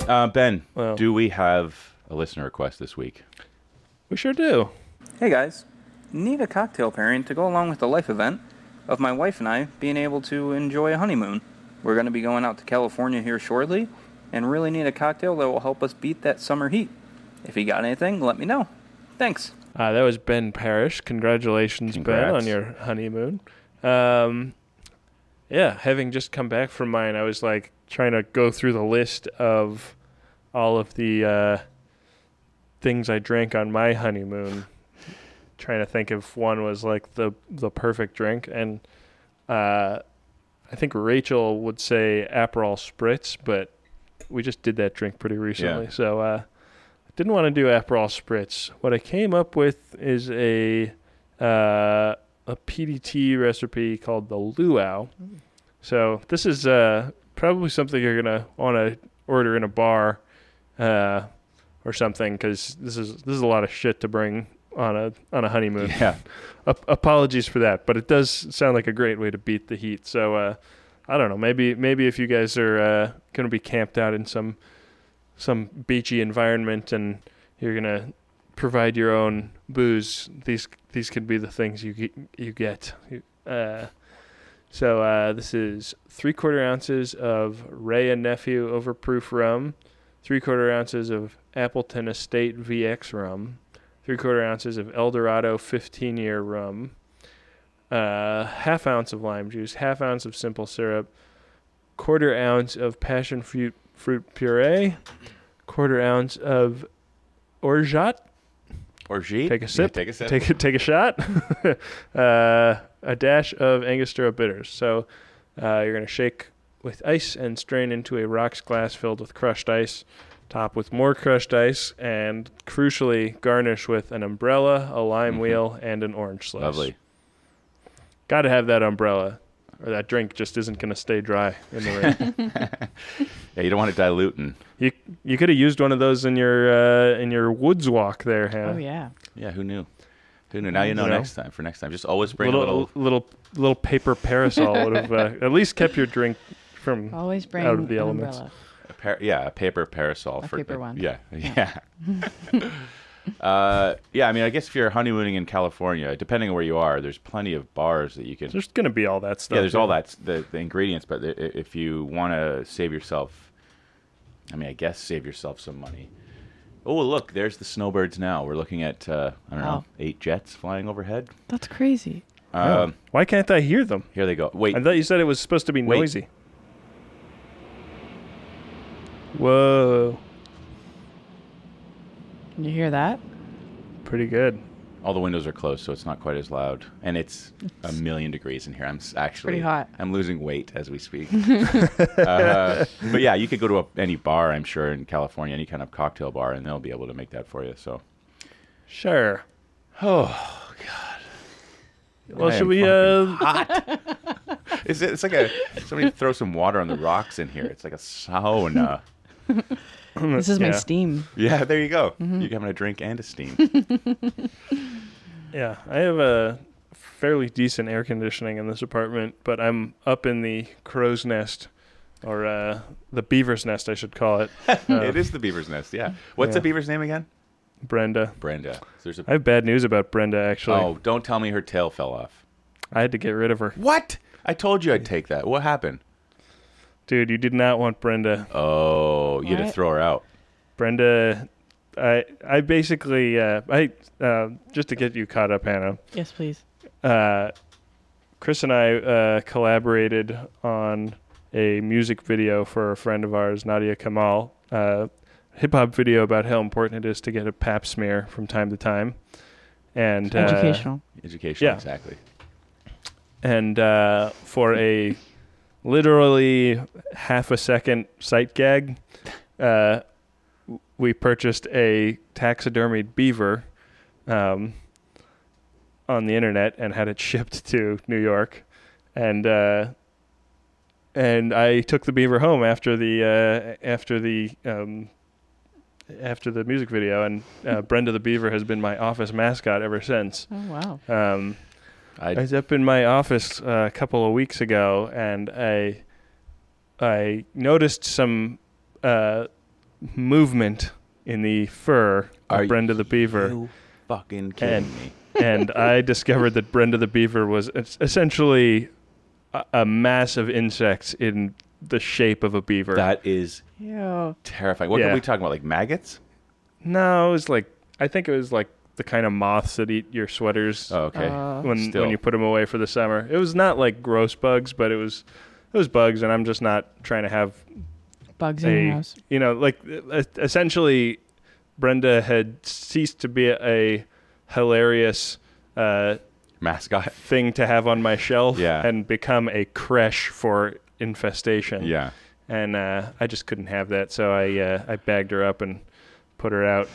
[SPEAKER 1] Uh, ben,
[SPEAKER 2] Well.
[SPEAKER 1] do we have a listener request this week?
[SPEAKER 2] We sure do.
[SPEAKER 5] Hey guys, need a cocktail pairing to go along with the life event of my wife and I being able to enjoy a honeymoon. We're going to be going out to California here shortly and really need a cocktail that will help us beat that summer heat. If you got anything, let me know. Thanks.
[SPEAKER 2] Uh, that was Ben Parrish. Congratulations, Ben,
[SPEAKER 1] Congrats.
[SPEAKER 2] on your honeymoon. Um, yeah, having just come back from mine, I was like trying to go through the list of all of the uh, things I drank on my honeymoon, trying to think if one was like the the perfect drink, and uh, I think Rachel would say Aperol Spritz, but we just did that drink pretty recently, so. Uh, didn't want to do Aperol spritz. What I came up with is a uh, a PDT recipe called the luau. So this is uh, probably something you're gonna want to order in a bar, uh, or something, because this is this is a lot of shit to bring on a on a honeymoon.
[SPEAKER 1] Yeah.
[SPEAKER 2] Ap- apologies for that, but it does sound like a great way to beat the heat. So uh, I don't know. Maybe maybe if you guys are uh, going to be camped out in some some beachy environment and you're going to provide your own booze, these these could be the things you get, you get. Uh, so uh, this is three quarter ounces of Ray and Nephew overproof rum, three quarter ounces of Appleton Estate VX rum three quarter ounces of El Dorado 15 year rum, uh, half ounce of lime juice, half ounce of simple syrup, quarter ounce of passion fruit fruit puree, quarter ounce of orgeat.
[SPEAKER 1] Or she
[SPEAKER 2] Take a sip.
[SPEAKER 1] take a sip.
[SPEAKER 2] Take a, take a shot. uh, a dash of Angostura bitters. So uh, you're gonna shake with ice and strain into a rocks glass filled with crushed ice. Top with more crushed ice, and crucially garnish with an umbrella, a lime
[SPEAKER 1] Mhm.
[SPEAKER 2] wheel, and an orange slice.
[SPEAKER 1] Lovely.
[SPEAKER 2] Got to have that umbrella, or that drink just isn't gonna stay dry in the rain.
[SPEAKER 1] Yeah, you don't want it diluting.
[SPEAKER 2] you you could have used one of those in your uh, in your woods walk there, Hannah.
[SPEAKER 3] Oh yeah.
[SPEAKER 1] Yeah, who knew? Who knew? Now you know,
[SPEAKER 2] You know?
[SPEAKER 1] next time for next time. Just always bring a little.
[SPEAKER 2] little little little paper parasol would have uh, at least kept your drink from
[SPEAKER 3] Always bring
[SPEAKER 2] Out of the
[SPEAKER 3] an
[SPEAKER 2] elements.
[SPEAKER 3] umbrella.
[SPEAKER 1] A par- yeah, a paper parasol
[SPEAKER 3] A
[SPEAKER 1] for
[SPEAKER 3] paper one.
[SPEAKER 1] Yeah, yeah. uh, yeah, I mean, I guess if you're honeymooning in California, depending on where you are, there's plenty of bars that you can.
[SPEAKER 2] There's gonna be all that stuff.
[SPEAKER 1] yeah, there's all that the, the ingredients, but i- i- if you want to save yourself, I mean, I guess save yourself some money. Oh, look, there's the snowbirds now. We're looking at uh, I don't know,
[SPEAKER 3] Wow.
[SPEAKER 1] eight jets flying overhead.
[SPEAKER 3] That's crazy.
[SPEAKER 2] Oh,
[SPEAKER 1] Um,
[SPEAKER 2] Why can't I hear them?
[SPEAKER 1] here they go. Wait,
[SPEAKER 2] I thought you said it was supposed to be
[SPEAKER 1] Wait.
[SPEAKER 2] noisy. Whoa,
[SPEAKER 3] Can you hear that?
[SPEAKER 2] pretty good.
[SPEAKER 1] all the windows are closed, so it's not quite as loud, and it's a million degrees in here. I'm s- actually
[SPEAKER 3] Pretty hot.
[SPEAKER 1] I'm losing weight as we speak. uh, but yeah, you could go to a, any bar, I'm sure, in California, any kind of cocktail bar, and they'll be able to make that for you. So
[SPEAKER 2] Sure. Oh God. Well,
[SPEAKER 1] I
[SPEAKER 2] should
[SPEAKER 1] am
[SPEAKER 2] we? Uh,
[SPEAKER 1] it's, it's like a somebody throw some water on the rocks in here. It's like a sauna.
[SPEAKER 3] This is my
[SPEAKER 2] Mm, yeah.
[SPEAKER 3] steam.
[SPEAKER 1] Yeah, there you go. You're having a drink and a steam.
[SPEAKER 2] Yeah, I have a fairly decent air conditioning in this apartment, but I'm up in the crow's nest, or uh, the beaver's nest, I should call it. uh,
[SPEAKER 1] it is the beaver's nest. Yeah. What's the
[SPEAKER 2] Yeah.
[SPEAKER 1] beaver's name again?
[SPEAKER 2] Brenda.
[SPEAKER 1] Brenda. So there's a.
[SPEAKER 2] I have bad news about Brenda. Actually,
[SPEAKER 1] oh, don't tell me her tail fell off.
[SPEAKER 2] I had to get rid of her.
[SPEAKER 1] What? I told you I'd take that. What happened?
[SPEAKER 2] Dude, you did not want Brenda.
[SPEAKER 1] Oh, you had to
[SPEAKER 3] What?
[SPEAKER 1] throw her out.
[SPEAKER 2] Brenda, I I basically uh, I uh, just to get you caught up, Hannah.
[SPEAKER 3] Yes, please.
[SPEAKER 2] Uh, Chris and I uh, collaborated on a music video for a friend of ours, Nadia Kamal. Uh, Hip hop video about how important it is to get a pap smear from time to time, and uh,
[SPEAKER 3] Educational.
[SPEAKER 1] Education.
[SPEAKER 2] Yeah.
[SPEAKER 1] Exactly.
[SPEAKER 2] and uh, for a literally half a second sight gag, uh, we purchased a taxidermied beaver um, on the internet and had it shipped to New York, and uh, and I took the beaver home after the uh, after the. Um, after the music video, and uh, Brenda the Beaver has been my office mascot ever since.
[SPEAKER 3] Oh wow.
[SPEAKER 2] Um,
[SPEAKER 1] I,
[SPEAKER 2] I was up in my office uh, a couple of weeks ago, and I I noticed some uh, movement in the fur
[SPEAKER 1] Are
[SPEAKER 2] of Brenda the Beaver,
[SPEAKER 1] you fucking kidding
[SPEAKER 2] And-
[SPEAKER 1] me.
[SPEAKER 2] and I discovered that Brenda the Beaver was es- essentially a, a mass of insects in the shape of a beaver.
[SPEAKER 1] That is
[SPEAKER 3] Ew.
[SPEAKER 1] terrifying. What are
[SPEAKER 2] Yeah.
[SPEAKER 1] we talking about? Like maggots?
[SPEAKER 2] no, it was like I think it was like the kind of moths that eat your sweaters.
[SPEAKER 1] Oh, okay.
[SPEAKER 3] Uh,
[SPEAKER 2] when
[SPEAKER 1] Still.
[SPEAKER 2] when you put them away for the summer. It was not like gross bugs, but it was it was bugs, and I'm just not trying to have
[SPEAKER 3] bugs in your
[SPEAKER 2] a
[SPEAKER 3] house.
[SPEAKER 2] you know like e- essentially Brenda had ceased to be a hilarious uh,
[SPEAKER 1] Mascot.
[SPEAKER 2] thing to have on my shelf
[SPEAKER 1] Yeah.
[SPEAKER 2] and become a creche for infestation.
[SPEAKER 1] Yeah.
[SPEAKER 2] and uh, I just couldn't have that, so I uh, I bagged her up and put her out.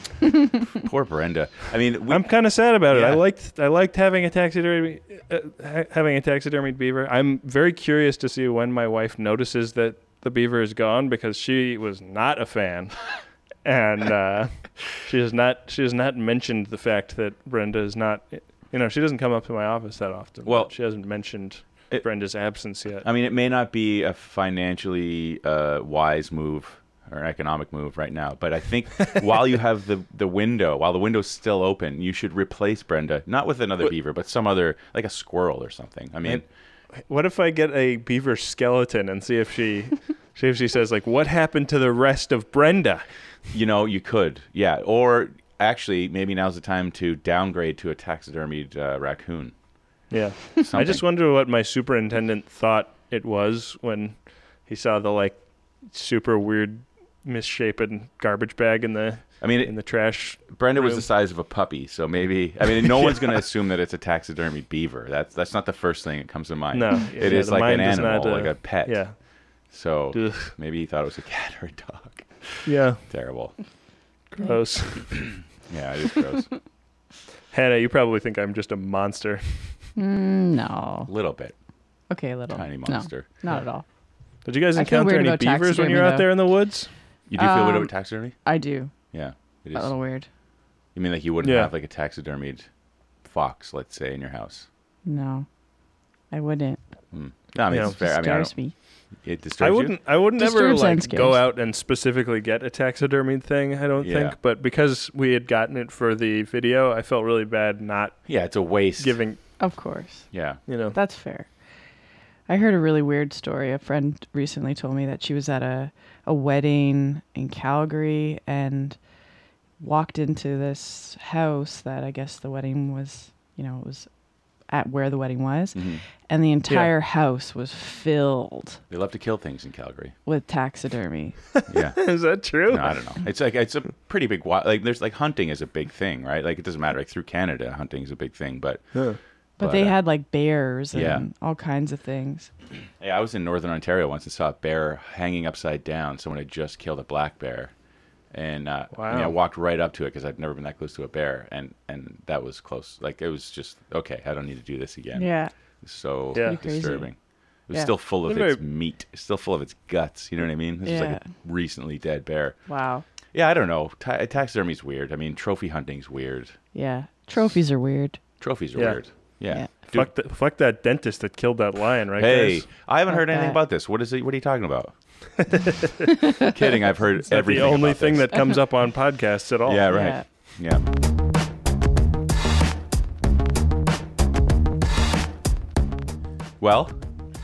[SPEAKER 1] Poor Brenda. I mean, we,
[SPEAKER 2] I'm kind of sad about
[SPEAKER 1] Yeah.
[SPEAKER 2] it. I liked I liked having a taxidermy uh, ha- having a taxidermied beaver. I'm very curious to see when my wife notices that the beaver is gone because she was not a fan, and uh, she has not she has not mentioned the fact that Brenda is not. You know, she doesn't come up to my office that often. but
[SPEAKER 1] Well-
[SPEAKER 2] she hasn't mentioned
[SPEAKER 1] It-
[SPEAKER 2] Brenda's absence yet.
[SPEAKER 1] I mean, it may not be a financially uh, wise move or an economic move right now, but I think while you have the, the window, while the window's still open, you should replace Brenda, not with another beaver, but some other, like a squirrel or something. I mean,
[SPEAKER 2] What if I get a beaver skeleton and see if she see if she says like what happened to the rest of Brenda?
[SPEAKER 1] you know, you could, yeah. Or actually, maybe now's the time to downgrade to a taxidermied uh, raccoon.
[SPEAKER 2] Yeah. I
[SPEAKER 1] Something.
[SPEAKER 2] just wonder what my superintendent thought it was when he saw the like super weird misshapen garbage bag in the
[SPEAKER 1] I mean,
[SPEAKER 2] in
[SPEAKER 1] it,
[SPEAKER 2] the trash.
[SPEAKER 1] Brenda was
[SPEAKER 2] room.
[SPEAKER 1] the size of a puppy, so maybe. I mean, no one's going to assume that it's a taxidermied beaver. That's that's not the first thing that comes to mind.
[SPEAKER 2] No.
[SPEAKER 1] it is
[SPEAKER 2] yeah, the
[SPEAKER 1] like an
[SPEAKER 2] mind does
[SPEAKER 1] animal,
[SPEAKER 2] not, uh,
[SPEAKER 1] like a pet.
[SPEAKER 2] Yeah.
[SPEAKER 1] So
[SPEAKER 2] Ugh.
[SPEAKER 1] maybe he thought it was a cat or a dog.
[SPEAKER 2] Yeah.
[SPEAKER 1] Terrible.
[SPEAKER 2] Gross.
[SPEAKER 1] Yeah, it is gross. A
[SPEAKER 2] Hannah, you probably think I'm just a monster.
[SPEAKER 3] Mm, no.
[SPEAKER 1] little bit.
[SPEAKER 3] Okay, a little.
[SPEAKER 1] Tiny
[SPEAKER 3] No,
[SPEAKER 1] monster.
[SPEAKER 3] not at all.
[SPEAKER 2] Did you guys
[SPEAKER 3] I feel
[SPEAKER 2] encounter
[SPEAKER 3] weird
[SPEAKER 2] any
[SPEAKER 3] about
[SPEAKER 2] beavers when
[SPEAKER 3] taxidermy,
[SPEAKER 2] you're out
[SPEAKER 3] though.
[SPEAKER 2] there in the woods?
[SPEAKER 1] You do feel weird
[SPEAKER 3] Um,
[SPEAKER 1] about taxidermy?
[SPEAKER 3] I do.
[SPEAKER 1] Yeah, it
[SPEAKER 3] A
[SPEAKER 1] is.
[SPEAKER 3] little weird.
[SPEAKER 1] You mean like you wouldn't
[SPEAKER 2] Yeah.
[SPEAKER 1] have like a taxidermied fox, let's say, in your house?
[SPEAKER 3] No, I wouldn't.
[SPEAKER 1] Hmm. No, I mean,
[SPEAKER 2] Yeah.
[SPEAKER 1] it's fair. I mean, I
[SPEAKER 3] Scares
[SPEAKER 1] don't,
[SPEAKER 3] me.
[SPEAKER 1] it disturbs
[SPEAKER 2] I
[SPEAKER 1] you?
[SPEAKER 2] wouldn't. I would never
[SPEAKER 3] Disturbs and
[SPEAKER 2] like go
[SPEAKER 3] scares.
[SPEAKER 2] out and specifically get a taxidermied thing. I don't
[SPEAKER 1] Yeah.
[SPEAKER 2] think. But because we had gotten it for the video, I felt really bad not
[SPEAKER 1] Yeah, it's a waste.
[SPEAKER 2] giving.
[SPEAKER 3] Of course.
[SPEAKER 1] Yeah.
[SPEAKER 2] You know.
[SPEAKER 3] That's fair. I heard a really weird story. A friend recently told me that she was at a, a wedding in Calgary and walked into this house that I guess the wedding was, you know, it was at where the wedding was.
[SPEAKER 1] Mhm.
[SPEAKER 3] And the entire house was filled
[SPEAKER 1] They love to kill things in Calgary.
[SPEAKER 3] with taxidermy.
[SPEAKER 1] Yeah.
[SPEAKER 2] Is that true?
[SPEAKER 1] No, I don't know. It's like it's a pretty big wi- like there's like hunting is a big thing, right? Like it doesn't matter like through Canada hunting is a big thing, but
[SPEAKER 3] But,
[SPEAKER 1] But,
[SPEAKER 3] they
[SPEAKER 1] uh,
[SPEAKER 3] had like bears and
[SPEAKER 1] yeah.
[SPEAKER 3] all kinds of things.
[SPEAKER 1] Hey, I was in northern Ontario once and saw a bear hanging upside down. Someone had just killed a black bear, and uh, I, mean,
[SPEAKER 2] Wow.
[SPEAKER 1] I walked right up to it because I've never been that close to a bear, and and that was close. Like it was just okay. I don't need to do this again.
[SPEAKER 3] Yeah.
[SPEAKER 1] so
[SPEAKER 2] Yeah. Pretty
[SPEAKER 3] crazy.
[SPEAKER 1] disturbing. It was
[SPEAKER 3] Yeah.
[SPEAKER 1] still full of
[SPEAKER 2] They're
[SPEAKER 1] its
[SPEAKER 2] very-
[SPEAKER 1] meat, still full of its guts. You know what I mean? This is like a
[SPEAKER 3] Yeah.
[SPEAKER 1] recently dead bear.
[SPEAKER 3] Wow.
[SPEAKER 1] Yeah, I don't know. Ta taxidermy's weird. I mean, trophy hunting's weird.
[SPEAKER 3] Yeah. Trophies are weird.
[SPEAKER 1] Trophies are
[SPEAKER 2] Yeah.
[SPEAKER 1] weird. Yeah.
[SPEAKER 3] Yeah.
[SPEAKER 1] Dude,
[SPEAKER 2] Fuck, th- fuck that dentist that killed that lion, right?
[SPEAKER 1] Hey,
[SPEAKER 2] guys?
[SPEAKER 1] I haven't
[SPEAKER 3] Fuck
[SPEAKER 1] heard anything
[SPEAKER 3] that.
[SPEAKER 1] about this. What is it? What are you talking about? Kidding. I've heard
[SPEAKER 2] That's
[SPEAKER 1] everything.
[SPEAKER 2] the only
[SPEAKER 1] about
[SPEAKER 2] thing
[SPEAKER 1] this.
[SPEAKER 2] that comes up on podcasts at all.
[SPEAKER 1] Yeah, right. Yeah. Well,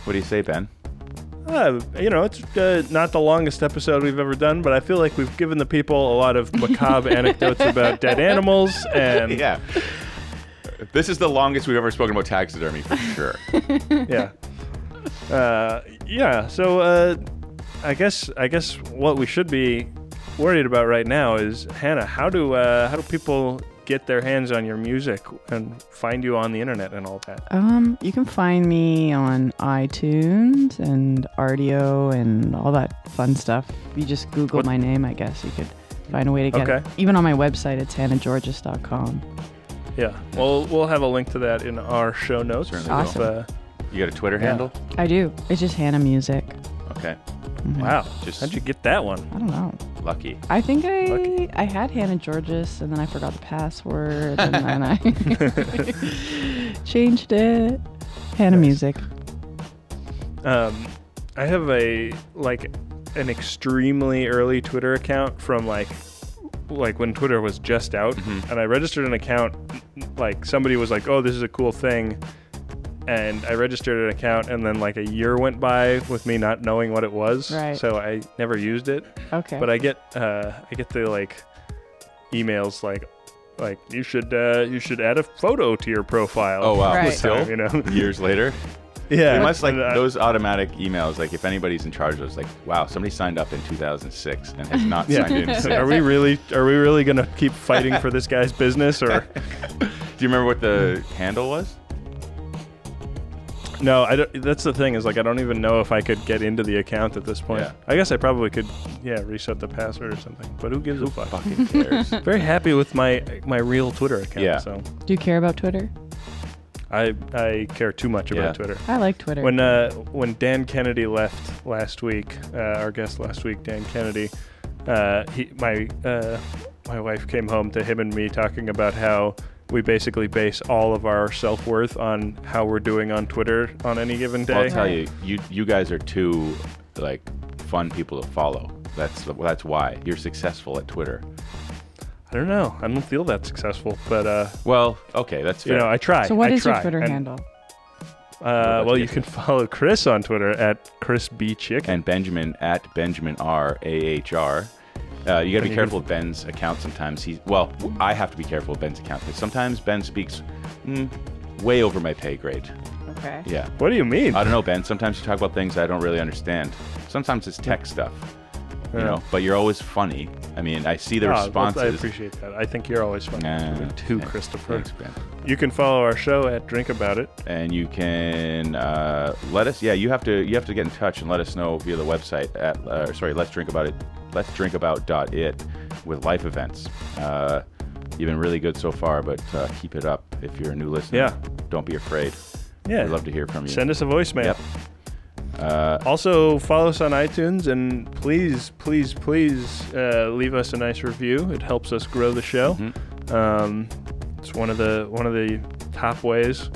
[SPEAKER 1] what do you say, Ben?
[SPEAKER 2] Uh, you know, it's uh, not the longest episode we've ever done, but I feel like we've given the people a lot of macabre anecdotes about dead animals and
[SPEAKER 1] Yeah. This is the longest we've ever spoken about taxidermy for sure.
[SPEAKER 2] yeah. Uh, yeah. So uh, I guess I guess what we should be worried about right now is Hannah. How do uh, how do people get their hands on your music and find you on the internet and all that?
[SPEAKER 3] Um, you can find me on iTunes and RDO and all that fun stuff. You just Google
[SPEAKER 2] What-
[SPEAKER 3] my name, I guess you could find a way to get
[SPEAKER 2] Okay.
[SPEAKER 3] it. Even on my website, it's hannahgeorges.com.
[SPEAKER 2] Yeah. Well, we'll have a link to that in our show notes.
[SPEAKER 1] Certainly
[SPEAKER 3] will. Awesome.
[SPEAKER 2] Uh,
[SPEAKER 1] You got a Twitter
[SPEAKER 2] Yeah.
[SPEAKER 1] handle?
[SPEAKER 3] I do. It's just Hannah Music. Mm-hmm.
[SPEAKER 1] Okay.
[SPEAKER 2] wow.
[SPEAKER 1] Just-
[SPEAKER 2] How'd you get that one?
[SPEAKER 3] I don't know.
[SPEAKER 1] Lucky.
[SPEAKER 3] I think I
[SPEAKER 2] Lucky.
[SPEAKER 3] I had Hannah Georges and then I forgot the password and then I changed it. Hannah
[SPEAKER 2] Nice.
[SPEAKER 3] Music.
[SPEAKER 2] Um, I have a like an extremely early Twitter account from like like when Twitter was just out,
[SPEAKER 1] Mm-hmm.
[SPEAKER 2] and I registered an account. Like somebody was like, "Oh, this is a cool thing," and I registered an account, and then like a year went by with me not knowing what it was,
[SPEAKER 3] Right.
[SPEAKER 2] so I never used it.
[SPEAKER 3] Okay.
[SPEAKER 2] But I get uh, I get the like emails like like you should uh, you should add a photo to your profile.
[SPEAKER 1] Oh wow.
[SPEAKER 3] Right.
[SPEAKER 1] Still,
[SPEAKER 2] you know,
[SPEAKER 1] years later.
[SPEAKER 2] yeah. Uh,
[SPEAKER 1] They must like
[SPEAKER 2] And I-
[SPEAKER 1] those automatic emails. Like if anybody's in charge of those, like wow, somebody signed up in 2006 and has not
[SPEAKER 2] Yeah.
[SPEAKER 1] signed in. since.
[SPEAKER 2] are we really are we really gonna keep fighting for this guy's business or
[SPEAKER 1] Do you remember what the handle was?
[SPEAKER 2] no i don't that's the thing is like i don't even know if i could get into the account at this point
[SPEAKER 1] Yeah.
[SPEAKER 2] i guess i probably could yeah reset the password or something but who gives a fuck
[SPEAKER 1] Fucking cares.
[SPEAKER 2] very happy with my my real twitter account
[SPEAKER 1] Yeah.
[SPEAKER 2] so
[SPEAKER 3] do you care about Twitter?
[SPEAKER 2] I I care too much about
[SPEAKER 1] Yeah.
[SPEAKER 2] Twitter.
[SPEAKER 3] I like Twitter.
[SPEAKER 2] When uh, when Dan Kennedy left last week, uh, our guest last week, Dan Kennedy, uh, he my uh, my wife came home to him and me talking about how we basically base all of our self worth on how we're doing on Twitter on any given day.
[SPEAKER 1] I'll tell you, you you guys are too like fun people to follow. That's that's why you're successful at Twitter.
[SPEAKER 2] I don't know. I don't feel that successful, but uh,
[SPEAKER 1] Well, okay, that's fair.
[SPEAKER 2] you know, I try.
[SPEAKER 3] so what
[SPEAKER 2] I
[SPEAKER 3] is your
[SPEAKER 2] try.
[SPEAKER 3] Twitter
[SPEAKER 2] And,
[SPEAKER 3] handle?
[SPEAKER 2] Uh,
[SPEAKER 1] Let's
[SPEAKER 2] well,
[SPEAKER 1] get
[SPEAKER 2] you
[SPEAKER 1] to
[SPEAKER 2] can follow Chris on Twitter at Chris B Chicken.
[SPEAKER 1] and Benjamin at Benjamin R A H R. Uh, you gotta be
[SPEAKER 2] you can-
[SPEAKER 1] careful with Ben's account sometimes. He's well, I have to be careful with Ben's account because sometimes Ben speaks mm, way over my pay grade.
[SPEAKER 3] Okay.
[SPEAKER 1] Yeah,
[SPEAKER 2] What do you mean?
[SPEAKER 1] I don't know, Ben. Sometimes you talk about things I don't really understand. Sometimes it's tech stuff, you
[SPEAKER 2] Yeah.
[SPEAKER 1] know. But you're always funny. I mean, I see the
[SPEAKER 2] Ah, well,
[SPEAKER 1] responses.
[SPEAKER 2] I appreciate that. I think you're always funny
[SPEAKER 1] Nah,
[SPEAKER 2] too,
[SPEAKER 1] thanks-
[SPEAKER 2] Christopher.
[SPEAKER 1] Thanks, Ben.
[SPEAKER 2] You can follow our show at Drink About It.
[SPEAKER 1] and you can uh, let us. Yeah, you have to you have to get in touch and let us know via the website at uh, sorry, let's drink about it. Let's drink about dot it with life events. Uh, you've been really good so far, but uh, keep it up. If you're a new listener,
[SPEAKER 2] Yeah.
[SPEAKER 1] don't be afraid.
[SPEAKER 2] Yeah.
[SPEAKER 1] We'd love to hear from you.
[SPEAKER 2] Send us a voicemail.
[SPEAKER 1] Yep. Uh,
[SPEAKER 2] Also, follow us on iTunes and please, please, please uh, leave us a nice review. It helps us grow the show.
[SPEAKER 1] Mm-hmm.
[SPEAKER 2] Um, it's one of the one of the top ways.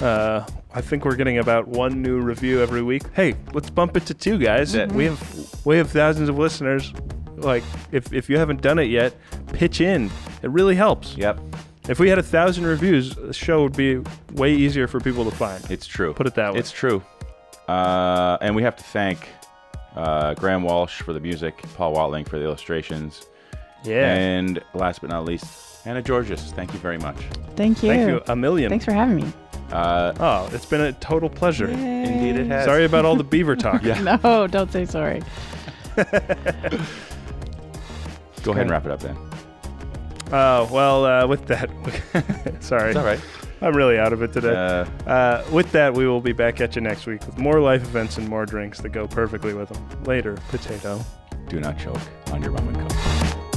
[SPEAKER 2] Uh, I think we're getting about one new review every week. Hey, let's bump it to two, guys.
[SPEAKER 1] That-
[SPEAKER 2] We have we have thousands of listeners. Like, if if you haven't done it yet, pitch in. It really helps.
[SPEAKER 1] yep,
[SPEAKER 2] If we had a thousand reviews, the show would be way easier for people to find.
[SPEAKER 1] it's true.
[SPEAKER 2] Put it that way.
[SPEAKER 1] It's true. Uh, and we have to thank uh, Graham Walsh for the music, Paul Watling for the illustrations,
[SPEAKER 2] yeah.
[SPEAKER 1] and last but not least, Anna Georges. Thank you very much.
[SPEAKER 3] Thank you.
[SPEAKER 2] Thank you a million.
[SPEAKER 3] Thanks for having me.
[SPEAKER 1] Uh,
[SPEAKER 2] Oh, it's been a total pleasure.
[SPEAKER 1] Indeed, it has.
[SPEAKER 2] Sorry about all the beaver talk.
[SPEAKER 1] Yeah.
[SPEAKER 3] No, don't say sorry.
[SPEAKER 1] Go ahead and wrap it up then.
[SPEAKER 2] Uh, well, uh, with that, sorry.
[SPEAKER 1] It's all right.
[SPEAKER 2] I'm really out of it today.
[SPEAKER 1] Uh,
[SPEAKER 2] Uh, with that, we will be back at you next week with more life events and more drinks that go perfectly with them. Later, potato.
[SPEAKER 1] do not choke on your rum and coke.